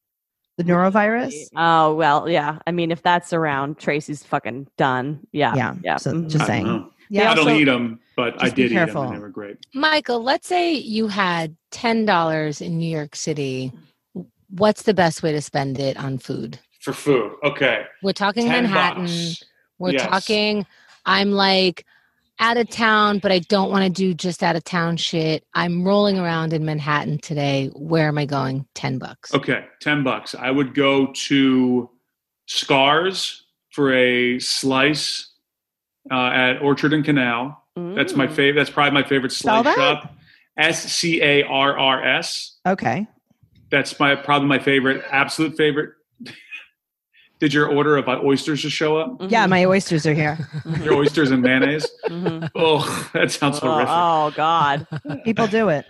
Speaker 2: the neurovirus?
Speaker 3: Oh well, yeah. I mean, if that's around, Tracy's fucking done. Yeah,
Speaker 2: Yeah,
Speaker 3: yeah.
Speaker 2: so
Speaker 3: Mhm.
Speaker 2: just
Speaker 5: I don't
Speaker 2: saying.
Speaker 5: know.
Speaker 2: Yeah.
Speaker 5: I don't
Speaker 3: Also-
Speaker 5: eat them, but I
Speaker 2: Just be
Speaker 5: did eat them,
Speaker 2: careful.
Speaker 5: and they were great.
Speaker 4: Michael, let's say you had $10 in New York City. What's the best way to spend it on food?
Speaker 5: For food, okay.
Speaker 4: We're talking
Speaker 5: Ten
Speaker 4: Manhattan.
Speaker 5: bucks.
Speaker 4: We're
Speaker 5: Yes.
Speaker 4: talking, I'm like out of town, but I don't want to do just out of town shit. I'm rolling around in Manhattan today. Where am I going? 10 bucks.
Speaker 5: Okay, ten bucks. I would go to Scars for a slice uh, at Orchard and Canal. That's my
Speaker 3: Mm.
Speaker 5: favorite. That's probably my favorite
Speaker 2: Spell
Speaker 5: slice
Speaker 2: that?
Speaker 5: shop. S C A R R S.
Speaker 2: Okay.
Speaker 5: That's my probably my favorite, absolute favorite. Did your order of uh, oysters just show up?
Speaker 3: Mhm,
Speaker 2: Yeah, my oysters are here.
Speaker 3: mhm,
Speaker 5: Your oysters and mayonnaise.
Speaker 3: mhm.
Speaker 5: Oh, that sounds
Speaker 3: oh,
Speaker 5: horrific.
Speaker 3: oh, God.
Speaker 2: People do it.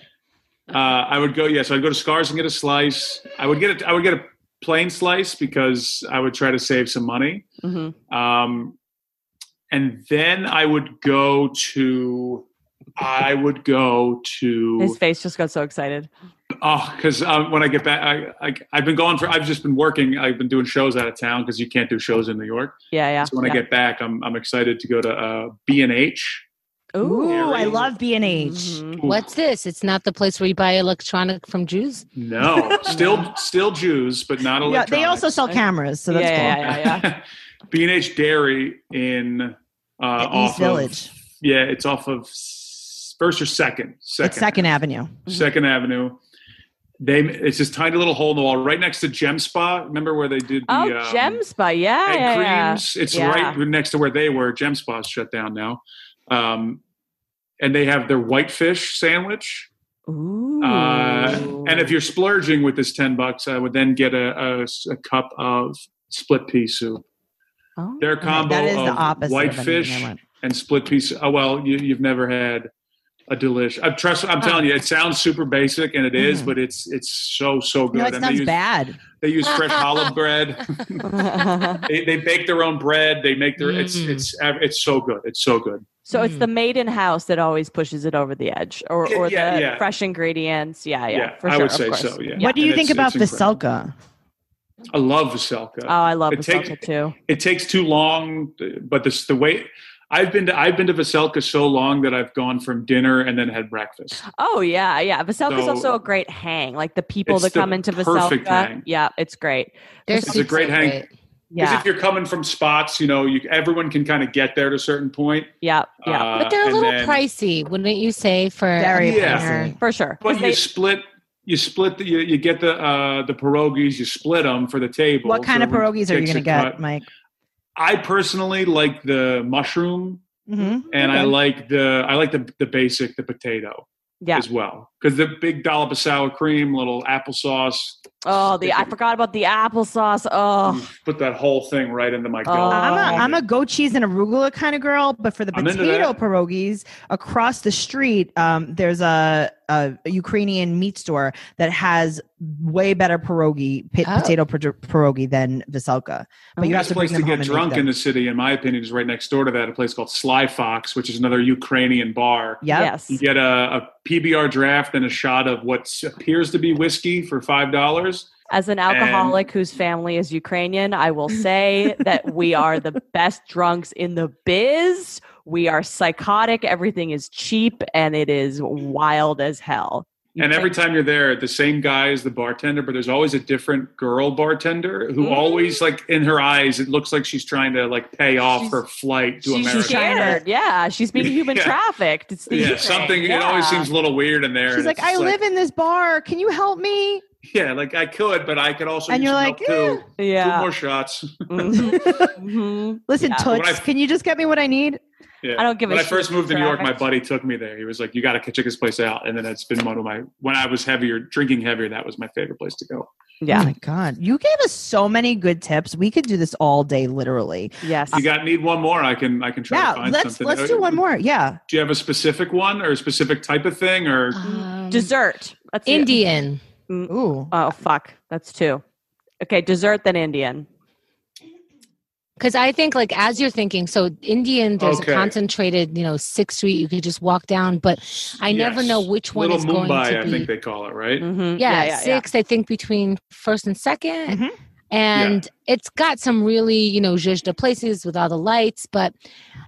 Speaker 5: Uh, I would go. Yes, I'd go to Scars and get a slice. I would get a, I would get a plain slice because I would try to save some money.
Speaker 3: Mhm.
Speaker 5: Um, and then I would go to, I would go to,
Speaker 3: His face just got so excited.
Speaker 5: oh, because um, when I get back, I, I, I've been gone for, I've just been working. I've been doing shows out of town because you can't do shows in New York.
Speaker 3: Yeah, yeah.
Speaker 5: So when
Speaker 3: yeah.
Speaker 5: I get back, I'm, I'm excited to go to uh, B&H.
Speaker 3: Ooh.
Speaker 2: Ooh, I
Speaker 5: Very-
Speaker 2: love B and H.
Speaker 3: Mhm.
Speaker 5: Ooh,
Speaker 4: What's this? It's not the place where you buy electronic from Jews?
Speaker 5: No, still, still Jews, but not
Speaker 2: Yeah,
Speaker 5: electronics.
Speaker 2: they also sell cameras, so that's
Speaker 3: yeah,
Speaker 2: cool.
Speaker 3: yeah, yeah, yeah.
Speaker 5: B&H Dairy in uh,
Speaker 2: At
Speaker 5: off
Speaker 2: East
Speaker 5: of-
Speaker 2: Village.
Speaker 5: yeah, it's off of s- first or second, second,
Speaker 2: It's Second Avenue.
Speaker 3: Mhm.
Speaker 5: Second Avenue. They it's this tiny little hole in the wall right next to Gem Spa. Remember where they did the
Speaker 3: Oh,
Speaker 5: um,
Speaker 3: gem spa. Yeah,
Speaker 5: egg
Speaker 3: yeah, yeah.
Speaker 5: creams? It's
Speaker 3: Yeah.
Speaker 5: right next to where they were. Gem Spa's shut down now, um, and they have their whitefish sandwich.
Speaker 3: Ooh.
Speaker 5: Uh, and if you're splurging with this ten bucks, I would then get a, a s- a cup of split pea soup.
Speaker 3: Oh.
Speaker 5: Their combo
Speaker 2: that is the
Speaker 5: of
Speaker 2: opposite. of anything I
Speaker 5: whitefish
Speaker 2: want.
Speaker 5: and split piece. Oh well, you, you've never had a delish. I'm trust. I'm telling you, it sounds super basic, and it is,
Speaker 2: Mhm.
Speaker 5: but it's it's so so good.
Speaker 2: No, it
Speaker 5: and they
Speaker 2: sounds
Speaker 5: use,
Speaker 2: bad.
Speaker 5: They use fresh hollow bread.
Speaker 3: Oh.
Speaker 5: they, they bake their own bread. They make their. It's
Speaker 4: Mm.
Speaker 5: it's it's so good. It's so good.
Speaker 3: so it's
Speaker 2: Hmm.
Speaker 3: the made in house that always pushes it over the edge, or
Speaker 5: Yeah,
Speaker 3: or
Speaker 5: yeah,
Speaker 3: the
Speaker 5: yeah.
Speaker 3: fresh ingredients. Yeah, yeah, for
Speaker 5: I
Speaker 3: sure.
Speaker 5: would
Speaker 3: of
Speaker 5: say
Speaker 3: course.
Speaker 5: so. Yeah.
Speaker 2: What do
Speaker 5: And
Speaker 2: you
Speaker 5: it's-
Speaker 2: think about
Speaker 5: it's incredible.
Speaker 2: Veselka?
Speaker 5: I love Veselka.
Speaker 3: Oh, I love
Speaker 5: It takes-
Speaker 3: Basalka too.
Speaker 5: it takes too long, but this the way. I've been to I've been to Veselka so long that I've gone from dinner and then had breakfast.
Speaker 3: Oh yeah, yeah. Veselka is
Speaker 5: So-
Speaker 3: also a great hang. Like the people
Speaker 5: It's
Speaker 3: that
Speaker 5: the
Speaker 3: come into
Speaker 5: perfect
Speaker 3: Veselka.
Speaker 5: hang.
Speaker 3: Yeah, it's great.
Speaker 4: Their
Speaker 5: It's a
Speaker 4: soups
Speaker 5: great
Speaker 4: are
Speaker 5: hang.
Speaker 4: great.
Speaker 5: Because
Speaker 3: Yeah,
Speaker 5: if you're coming from spots, you know, you, everyone can kind of get there at a certain point.
Speaker 3: yeah, yeah,
Speaker 5: Uh,
Speaker 4: But they're a
Speaker 5: and
Speaker 4: little
Speaker 5: then-
Speaker 4: pricey, wouldn't you say? For a
Speaker 2: Very
Speaker 5: Yeah.
Speaker 4: dinner?
Speaker 2: pricey.
Speaker 3: for sure. 'Cause
Speaker 5: But
Speaker 3: they-
Speaker 5: you split, you split the, you, you get the uh, the pierogies, you split them for the table.
Speaker 2: What kind
Speaker 5: so
Speaker 2: of pierogies are you going
Speaker 5: everyone
Speaker 2: to
Speaker 5: takes
Speaker 2: get,
Speaker 5: a cut.
Speaker 2: Mike?
Speaker 5: I personally like the mushroom,
Speaker 2: hmm
Speaker 5: and I
Speaker 2: Okay.
Speaker 5: like the I like the the basic the potato
Speaker 3: yeah.
Speaker 5: as well because the big dollop of sour cream, little applesauce.
Speaker 3: Oh, the
Speaker 5: stick
Speaker 3: I
Speaker 5: it-
Speaker 3: forgot about the applesauce.
Speaker 5: you
Speaker 3: Oh,
Speaker 5: Put that whole thing right into my gullet.
Speaker 3: Oh.
Speaker 2: I'm a,
Speaker 3: Oh.
Speaker 2: I'm a goat cheese and arugula kind of girl, but for the
Speaker 5: I'm into
Speaker 2: potato
Speaker 5: that.
Speaker 2: pierogies across the street, um, there's a, a Ukrainian meat store that has way better pierogi, p-
Speaker 4: Oh.
Speaker 2: potato pir- pierogi than Veselka. But you
Speaker 5: The
Speaker 2: have
Speaker 5: best
Speaker 2: to bring
Speaker 5: place
Speaker 2: them
Speaker 5: to
Speaker 2: home
Speaker 5: get
Speaker 2: and make
Speaker 5: drunk
Speaker 2: them.
Speaker 5: in the city, in my opinion, is right next door to that. A place called Sly Fox, which is another Ukrainian bar.
Speaker 2: Yep.
Speaker 3: yes.
Speaker 5: You get a, a PBR draft and a shot of what appears to be whiskey for five dollars.
Speaker 3: As an alcoholic whose family is Ukrainian, I will say that we are the best drunks in the biz. We are psychotic. Everything is cheap and it is wild as hell. You
Speaker 5: And every
Speaker 3: drink-
Speaker 5: time you're there, the same guy is the bartender, but there's always a different girl bartender who
Speaker 3: Mm.
Speaker 5: always like in her eyes, it looks like she's trying to like pay off
Speaker 3: She's-
Speaker 5: her flight to
Speaker 3: she's
Speaker 5: America.
Speaker 2: trying to-
Speaker 3: scared. Yeah, she's being human
Speaker 5: Yeah.
Speaker 3: trafficked. It's the
Speaker 5: yeah,
Speaker 3: Ukraine.
Speaker 5: something. It
Speaker 3: Yeah.
Speaker 5: always seems a little weird in there.
Speaker 2: She's
Speaker 5: and
Speaker 2: like,
Speaker 5: it's just
Speaker 2: I live in this bar. Can you help me?
Speaker 5: Yeah, like I could, but I could also.
Speaker 2: And
Speaker 5: use
Speaker 2: you're
Speaker 5: milk
Speaker 2: like,
Speaker 5: too. two
Speaker 3: Yeah.
Speaker 5: more shots.
Speaker 3: Mhm.
Speaker 2: Listen,
Speaker 3: Yeah.
Speaker 2: Toots,
Speaker 5: When I-
Speaker 2: can you just get me what I need?
Speaker 5: Yeah.
Speaker 3: I don't give a
Speaker 5: When I
Speaker 3: shit
Speaker 5: first moved to New York, my
Speaker 3: traffic.
Speaker 5: buddy took me there. He was like, "You got to check this place out." And then it's been one of my when I was heavier, drinking heavier. That was my favorite place to go.
Speaker 2: Oh
Speaker 3: Yeah.
Speaker 2: my God. You gave us so many good tips. We could do this all day, literally.
Speaker 3: Yes.
Speaker 5: You got need one more? I can I can try to
Speaker 2: Yeah,
Speaker 5: find
Speaker 2: let's
Speaker 5: something. Oh,
Speaker 2: let's do one more. Yeah.
Speaker 5: Do you have a specific one or a specific type of thing or
Speaker 4: Um,
Speaker 3: Dessert. That's it.
Speaker 4: Indian.
Speaker 2: Ooh.
Speaker 3: Oh fuck, that's two. Okay, dessert then Indian.
Speaker 4: Because I think, like, as you're thinking, so Indian, there's
Speaker 5: Okay.
Speaker 4: a concentrated, you know, Sixth Street. You could just walk down, but I never know which one
Speaker 5: Little
Speaker 4: is
Speaker 5: Mumbai,
Speaker 4: going to
Speaker 5: I
Speaker 4: be. Mm.
Speaker 5: think they call it, right?
Speaker 3: Mhm.
Speaker 4: yeah, Sixth. I think between first and 2nd
Speaker 2: Mhm.
Speaker 5: Mm-hmm.
Speaker 4: and it's got some really, you know, zhuzhda places with all the lights, but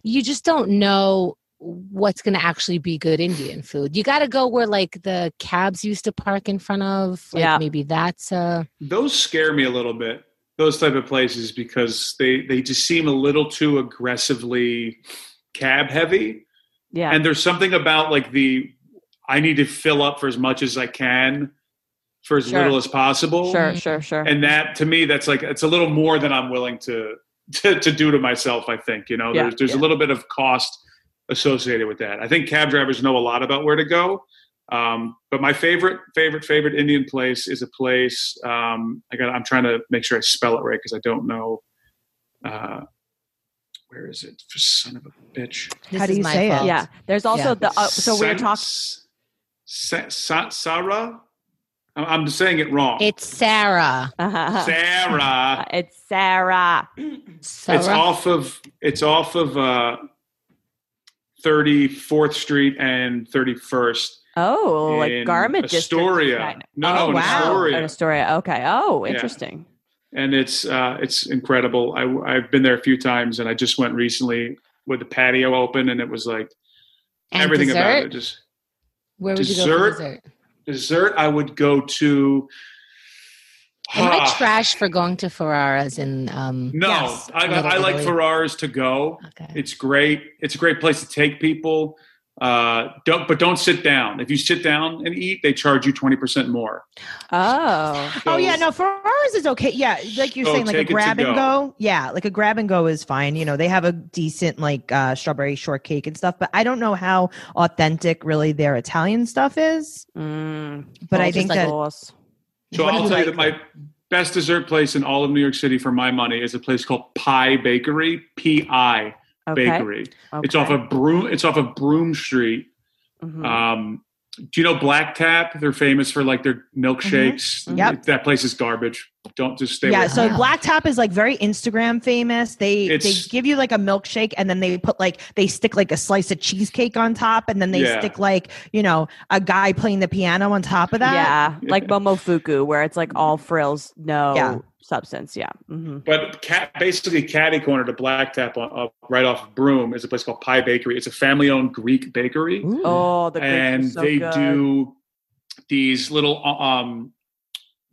Speaker 4: you just don't know what's going to actually be good Indian food. You got to go where like the cabs used to park in front of. Like,
Speaker 3: Yeah.
Speaker 4: maybe that's uh
Speaker 5: Those scare me a little bit. Those type of places because they they just seem a little too aggressively cab heavy.
Speaker 3: Yeah.
Speaker 5: and there's something about like the I need to fill up for as much as I can for as
Speaker 3: Sure.
Speaker 5: little as possible.
Speaker 3: sure, sure, sure.
Speaker 5: And that to me, that's like it's a little more than I'm willing to to, to do to myself. I think you know,
Speaker 3: Yeah,
Speaker 5: there's there's a
Speaker 3: yeah.
Speaker 5: little bit of cost associated with that. I think cab drivers know a lot about where to go. Um, but my favorite, favorite, favorite Indian place is a place. Um, I got. I'm trying to make sure I spell it right because I don't know. Uh, where is it? Son of a bitch.
Speaker 4: this
Speaker 2: How do
Speaker 4: is
Speaker 2: you
Speaker 4: my
Speaker 2: say it?
Speaker 5: uh,
Speaker 4: fault.
Speaker 3: yeah. There's also
Speaker 4: Yeah.
Speaker 3: the uh, so we were
Speaker 5: San-
Speaker 3: talking
Speaker 5: Sa- Sa- Sarah. I'm- I'm saying it wrong.
Speaker 4: It's uh-huh. Sarah.
Speaker 5: Sarah.
Speaker 3: it's Sarah.
Speaker 4: Sarah.
Speaker 5: It's off of it's off of uh, 34th Street and 31st.
Speaker 3: Oh,
Speaker 5: in
Speaker 3: like garment
Speaker 5: Astoria.
Speaker 3: district.
Speaker 5: No, no,
Speaker 3: oh,
Speaker 5: in
Speaker 3: wow.
Speaker 5: Astoria.
Speaker 3: In Astoria. Okay. Oh,
Speaker 5: Yeah.
Speaker 3: interesting.
Speaker 5: and it's uh, it's incredible. I, have been there a few times, and I just went recently with the patio open, and it was like
Speaker 4: And
Speaker 5: everything
Speaker 4: dessert?
Speaker 5: about it. Just
Speaker 4: Where would you go for
Speaker 5: Dessert?
Speaker 4: dessert?
Speaker 5: dessert, I would go to.
Speaker 4: Am I
Speaker 5: Ah. Mm.
Speaker 4: trash for going to Ferraras in um
Speaker 5: No,
Speaker 4: yes,
Speaker 5: I,
Speaker 4: Little
Speaker 5: I like
Speaker 4: Italy?
Speaker 5: Ferraris to go.
Speaker 4: Okay.
Speaker 5: It's great. It's a great place to take people. Uh, don't, but don't sit down. If you sit down and eat, they charge you twenty percent more.
Speaker 3: Oh.
Speaker 5: So-
Speaker 2: oh yeah, no, Ferraris is okay. Yeah, like you're
Speaker 5: So
Speaker 2: saying, like a
Speaker 5: take it to
Speaker 2: grab and
Speaker 5: go.
Speaker 2: go. Yeah, like a grab and go is fine. You know, they have a decent like uh, strawberry shortcake and stuff, but I don't know how authentic really their Italian stuff is.
Speaker 3: Mm,
Speaker 2: But I
Speaker 3: just
Speaker 2: think
Speaker 3: like
Speaker 2: that
Speaker 3: sauce.
Speaker 5: So
Speaker 2: What do
Speaker 5: I'll
Speaker 2: you
Speaker 5: tell you that
Speaker 2: like?
Speaker 5: my best dessert place in all of New York City for my money is a place called Pie Bakery. P I
Speaker 3: Okay.
Speaker 5: Bakery. It's
Speaker 3: okay.
Speaker 5: off of Broom. It's off of Broom Street.
Speaker 2: Hmm.
Speaker 3: Mhm.
Speaker 5: Um, do you know Black Tap? They're famous for like their milkshakes.
Speaker 3: Mhm.
Speaker 2: Mm-hmm. Yep.
Speaker 5: That place is garbage. Don't just stay.
Speaker 2: yeah,
Speaker 5: away
Speaker 2: so
Speaker 4: Wow.
Speaker 2: Black Top is like very Instagram famous. They
Speaker 5: It's-
Speaker 2: they give you like a milkshake and then they put like they stick like a slice of cheesecake on top and then they
Speaker 5: Yeah.
Speaker 2: stick like, you know, a guy playing the piano on top of that.
Speaker 3: yeah, like momofuku, where it's like
Speaker 5: Mm-hmm.
Speaker 3: all frills, no
Speaker 2: Yeah.
Speaker 3: substance. Yeah. hmm
Speaker 5: But cat, basically, Caddy Corner to Black Tap on, up, right off of Broome is a place called Pie Bakery. It's a family owned Greek bakery.
Speaker 2: Ooh.
Speaker 3: Oh, the grapes are
Speaker 5: and
Speaker 3: so
Speaker 5: they
Speaker 3: good.
Speaker 5: do these little, um,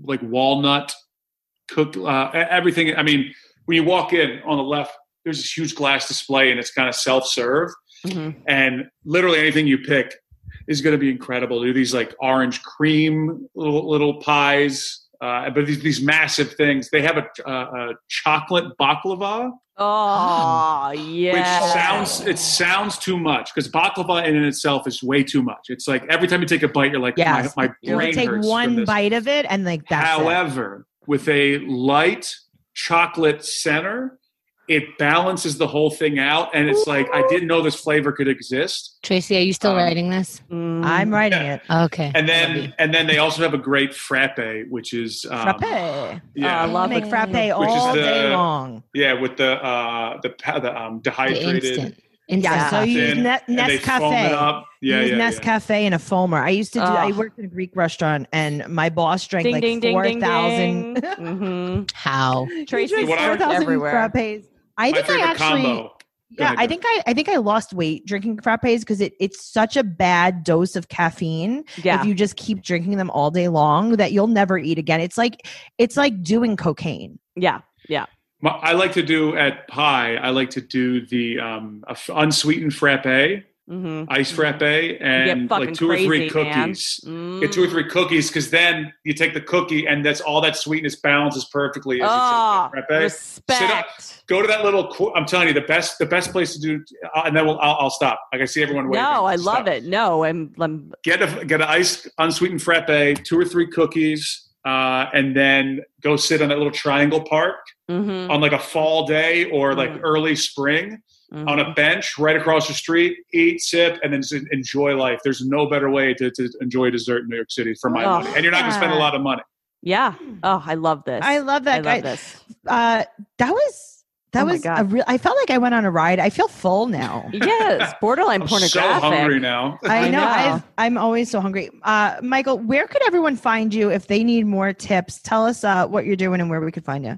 Speaker 5: like walnut cook, uh, e- everything. I mean, when you walk in on the left, there's this huge glass display and it's kind of self serve.
Speaker 3: Mhm.
Speaker 5: And literally anything you pick is going to be incredible. They Do these like orange cream little, little pies. Uh, but these, these massive things. They have a, uh, a, a chocolate baklava,
Speaker 3: Oh, yeah.
Speaker 5: which sounds it sounds too much because baklava in and itself is way too much. It's like every time you take a bite, you're like,
Speaker 2: Yes.
Speaker 5: my, my
Speaker 2: You
Speaker 5: brain
Speaker 2: only take
Speaker 5: hurts from
Speaker 2: one
Speaker 5: this.
Speaker 2: bite of it and like that's it.
Speaker 5: However, with a light chocolate center, it balances the whole thing out, and it's like I didn't know this flavor could exist.
Speaker 4: Tracy, are you still
Speaker 5: Um,
Speaker 4: writing this?
Speaker 3: Mm.
Speaker 2: I'm writing
Speaker 5: Yeah.
Speaker 2: it.
Speaker 4: Okay.
Speaker 5: And
Speaker 4: I love you.
Speaker 5: then, and then they also have a great frappe, which is um,
Speaker 2: frappe. Uh,
Speaker 5: yeah,
Speaker 3: I love
Speaker 2: make
Speaker 3: it.
Speaker 2: frappe
Speaker 5: Which is
Speaker 2: all
Speaker 5: the-
Speaker 2: day long.
Speaker 5: yeah, with the uh, the pa- the um,
Speaker 4: the
Speaker 5: dehydrated.
Speaker 4: instant.
Speaker 2: Yeah,
Speaker 4: Instant
Speaker 2: so
Speaker 4: coffee.
Speaker 2: you use
Speaker 5: and-
Speaker 2: ne-
Speaker 5: and they foam it
Speaker 2: Nescafe.
Speaker 5: up. Yeah,
Speaker 2: use
Speaker 5: yeah, yeah.
Speaker 2: Nescafe and a foamer. I used to do. I
Speaker 3: Ugh.
Speaker 2: worked in a Greek restaurant, and my boss drank
Speaker 3: ding,
Speaker 2: like
Speaker 3: ding,
Speaker 2: four
Speaker 3: ding,
Speaker 2: thousand. Mm-hmm.
Speaker 3: ding, ding. Mhm.
Speaker 4: How?
Speaker 3: Tracy's
Speaker 5: What I-
Speaker 2: four thousand
Speaker 3: everywhere.
Speaker 2: frappes. I
Speaker 5: My
Speaker 2: think I
Speaker 5: favorite
Speaker 2: actually.
Speaker 5: combo.
Speaker 2: Yeah,
Speaker 5: ahead,
Speaker 2: I
Speaker 5: go.
Speaker 2: think I, I think I lost weight drinking frappes because it, it's such a bad dose of caffeine.
Speaker 3: Yeah.
Speaker 2: If you just keep drinking them all day long, that you'll never eat again. It's like it's like doing cocaine.
Speaker 3: yeah.
Speaker 5: My, I like to do at pie. I like to do the um, a f- unsweetened frappe,
Speaker 3: Mm-hmm.
Speaker 5: ice
Speaker 2: Mm.
Speaker 5: frappe,
Speaker 3: You
Speaker 5: and
Speaker 3: get
Speaker 5: like
Speaker 3: fucking
Speaker 5: two or three
Speaker 3: crazy, man. Mm.
Speaker 5: cookies. Get
Speaker 2: Mm.
Speaker 5: two or three cookies because then you take the cookie and that's all that sweetness balances perfectly. As
Speaker 2: Ah,
Speaker 3: Oh,
Speaker 5: you take the frappe.
Speaker 3: respect.
Speaker 5: Go to that little. qu- I'm telling you, the best, the best place to do, uh, and then we'll, I'll, I'll stop. Like I see everyone waiting.
Speaker 3: No, I
Speaker 5: Stop.
Speaker 3: love it. No, I'm, I'm
Speaker 5: Get a get an ice unsweetened frappe, two or three cookies, uh, and then go sit on that little triangle park
Speaker 3: mhm,
Speaker 5: on like a fall day or like
Speaker 3: Mhm.
Speaker 5: early spring on
Speaker 3: mhm.
Speaker 5: a bench right across the street, eat, sip, and then just enjoy life. There's no better way to, to enjoy dessert in New York City for my
Speaker 3: Oh.
Speaker 5: money, and you're not going to spend a lot of money.
Speaker 3: yeah. Oh, I love this.
Speaker 2: I love that
Speaker 3: I
Speaker 2: guy.
Speaker 3: love this.
Speaker 2: Uh, that was That
Speaker 3: Oh my
Speaker 2: was a
Speaker 3: God.
Speaker 2: real. I felt like I went on a ride. I feel full now.
Speaker 3: Yes, borderline
Speaker 5: I'm so
Speaker 3: pornographic.
Speaker 5: hungry now.
Speaker 2: I
Speaker 3: I
Speaker 2: know.
Speaker 3: know.
Speaker 2: I've, I'm always so hungry. Uh, Michael, where could everyone find you if they need more tips? Tell us uh, what you're doing and where we could find you.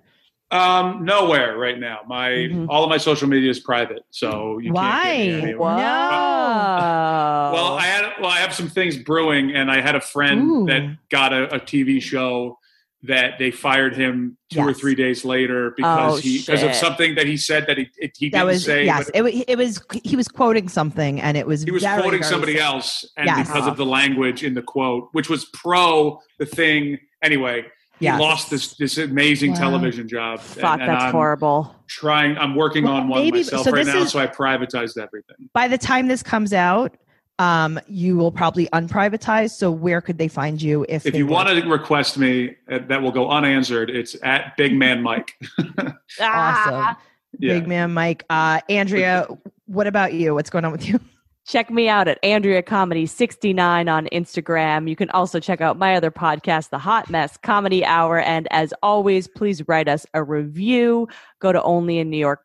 Speaker 5: Um, nowhere right now. My
Speaker 3: Mhm.
Speaker 5: all of my social media is private, so you Can't get me
Speaker 2: Mm-hmm. Why?
Speaker 5: anywhere.
Speaker 3: Wow.
Speaker 5: Well, I had well, I have some things brewing, and I had a friend
Speaker 2: Ooh.
Speaker 5: that got a, a TV show that they fired him two or
Speaker 2: Yes.
Speaker 5: three days later because
Speaker 3: Oh,
Speaker 5: he because of
Speaker 3: shit.
Speaker 5: something that he said that he it, he
Speaker 2: That
Speaker 5: didn't
Speaker 2: was
Speaker 5: say.
Speaker 2: yes.
Speaker 5: but
Speaker 2: It, wa- it was. He was quoting something, and it was.
Speaker 5: he was
Speaker 2: very,
Speaker 5: quoting
Speaker 2: very
Speaker 5: somebody
Speaker 2: sad.
Speaker 5: else, and
Speaker 2: Yes. Uh-huh.
Speaker 5: because of the language in the quote, which was pro the thing anyway. He
Speaker 2: Yes.
Speaker 5: lost this this amazing
Speaker 4: Wow.
Speaker 5: television job.
Speaker 3: Fuck, that's
Speaker 5: I'm
Speaker 3: horrible.
Speaker 5: Trying, I'm working
Speaker 2: Well,
Speaker 5: on one
Speaker 2: maybe-
Speaker 5: myself
Speaker 2: so
Speaker 5: right
Speaker 2: this
Speaker 5: now,
Speaker 2: is-
Speaker 5: so I privatized everything.
Speaker 2: By the time this comes out, um, you will probably unprivatize. So where could they find you if
Speaker 5: If
Speaker 2: they
Speaker 5: you
Speaker 2: were-
Speaker 5: want to request me, uh, that will go unanswered. It's at Big Man Mike.
Speaker 3: Ah.
Speaker 2: Awesome,
Speaker 5: Yeah.
Speaker 2: big man, Mike. Uh, Andrea, what about you? What's going on with you?
Speaker 3: Check me out at Andrea Comedy 69 on Instagram. You can also check out my other podcast, The Hot Mess Comedy Hour. And as always, please write us a review. Go to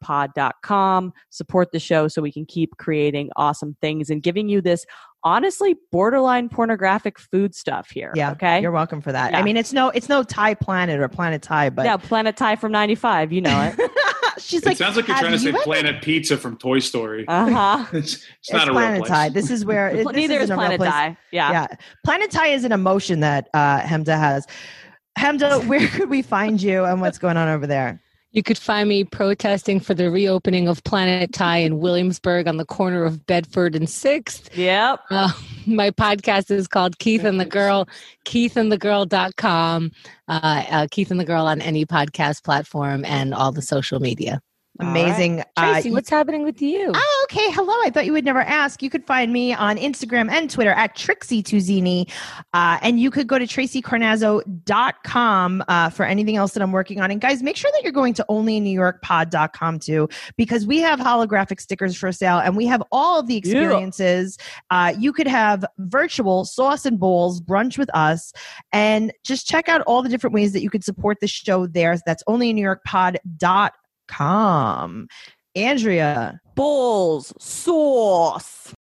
Speaker 3: onlyinnewyorkpod.com. Support the show so we can keep creating awesome things and giving you this honestly borderline pornographic food stuff here.
Speaker 2: Yeah.
Speaker 3: Okay.
Speaker 2: You're welcome for that. I
Speaker 3: Yeah.
Speaker 2: mean, it's no, it's no Thai planet or planet Thai, but
Speaker 3: yeah. Planet Thai from 95. You know it.
Speaker 2: she's
Speaker 5: It
Speaker 2: like,
Speaker 5: sounds like you're
Speaker 2: "Have
Speaker 5: trying to say
Speaker 2: you ever-"
Speaker 5: Planet Pizza from Toy Story.
Speaker 3: Uh huh.
Speaker 5: it's, it's
Speaker 2: It's
Speaker 5: not a real
Speaker 2: planet Thai.
Speaker 5: place.
Speaker 2: This is where it, this
Speaker 3: Neither is
Speaker 2: isn't a real
Speaker 3: Planet
Speaker 2: place.
Speaker 3: Thai. Yeah.
Speaker 2: Yeah, planet Thai is an emotion that uh, Hemda has. Hemda, where could we find you and what's going on over there?
Speaker 4: You could find me protesting for the reopening of Planet Thai in Williamsburg on the corner of Bedford and 6th.
Speaker 3: Yep.
Speaker 4: Uh, my podcast is called Keith and the Girl, keithandthegirl.com, uh, uh, Keith and the Girl on any podcast platform and all the social media.
Speaker 3: All
Speaker 2: Amazing. Uh,
Speaker 4: Tracy,
Speaker 2: you-
Speaker 4: what's happening with you?
Speaker 2: Oh, okay. Hello. I thought you would never ask. You could find me on Instagram and Twitter at Trixie Tuzini. Uh, and you could go to tracycarnazzo.com uh, for anything else that I'm working on. And guys, make sure that you're going to onlyinnewyorkpod.com too, because we have holographic stickers for sale and we have all of the
Speaker 3: Yeah.
Speaker 2: experiences. Uh, you could have virtual sauce and bowls, brunch with us, and just check out all the different ways that you could support the show there. That's only in newyorkpod.com. Andrea,
Speaker 3: Bowls, sauce.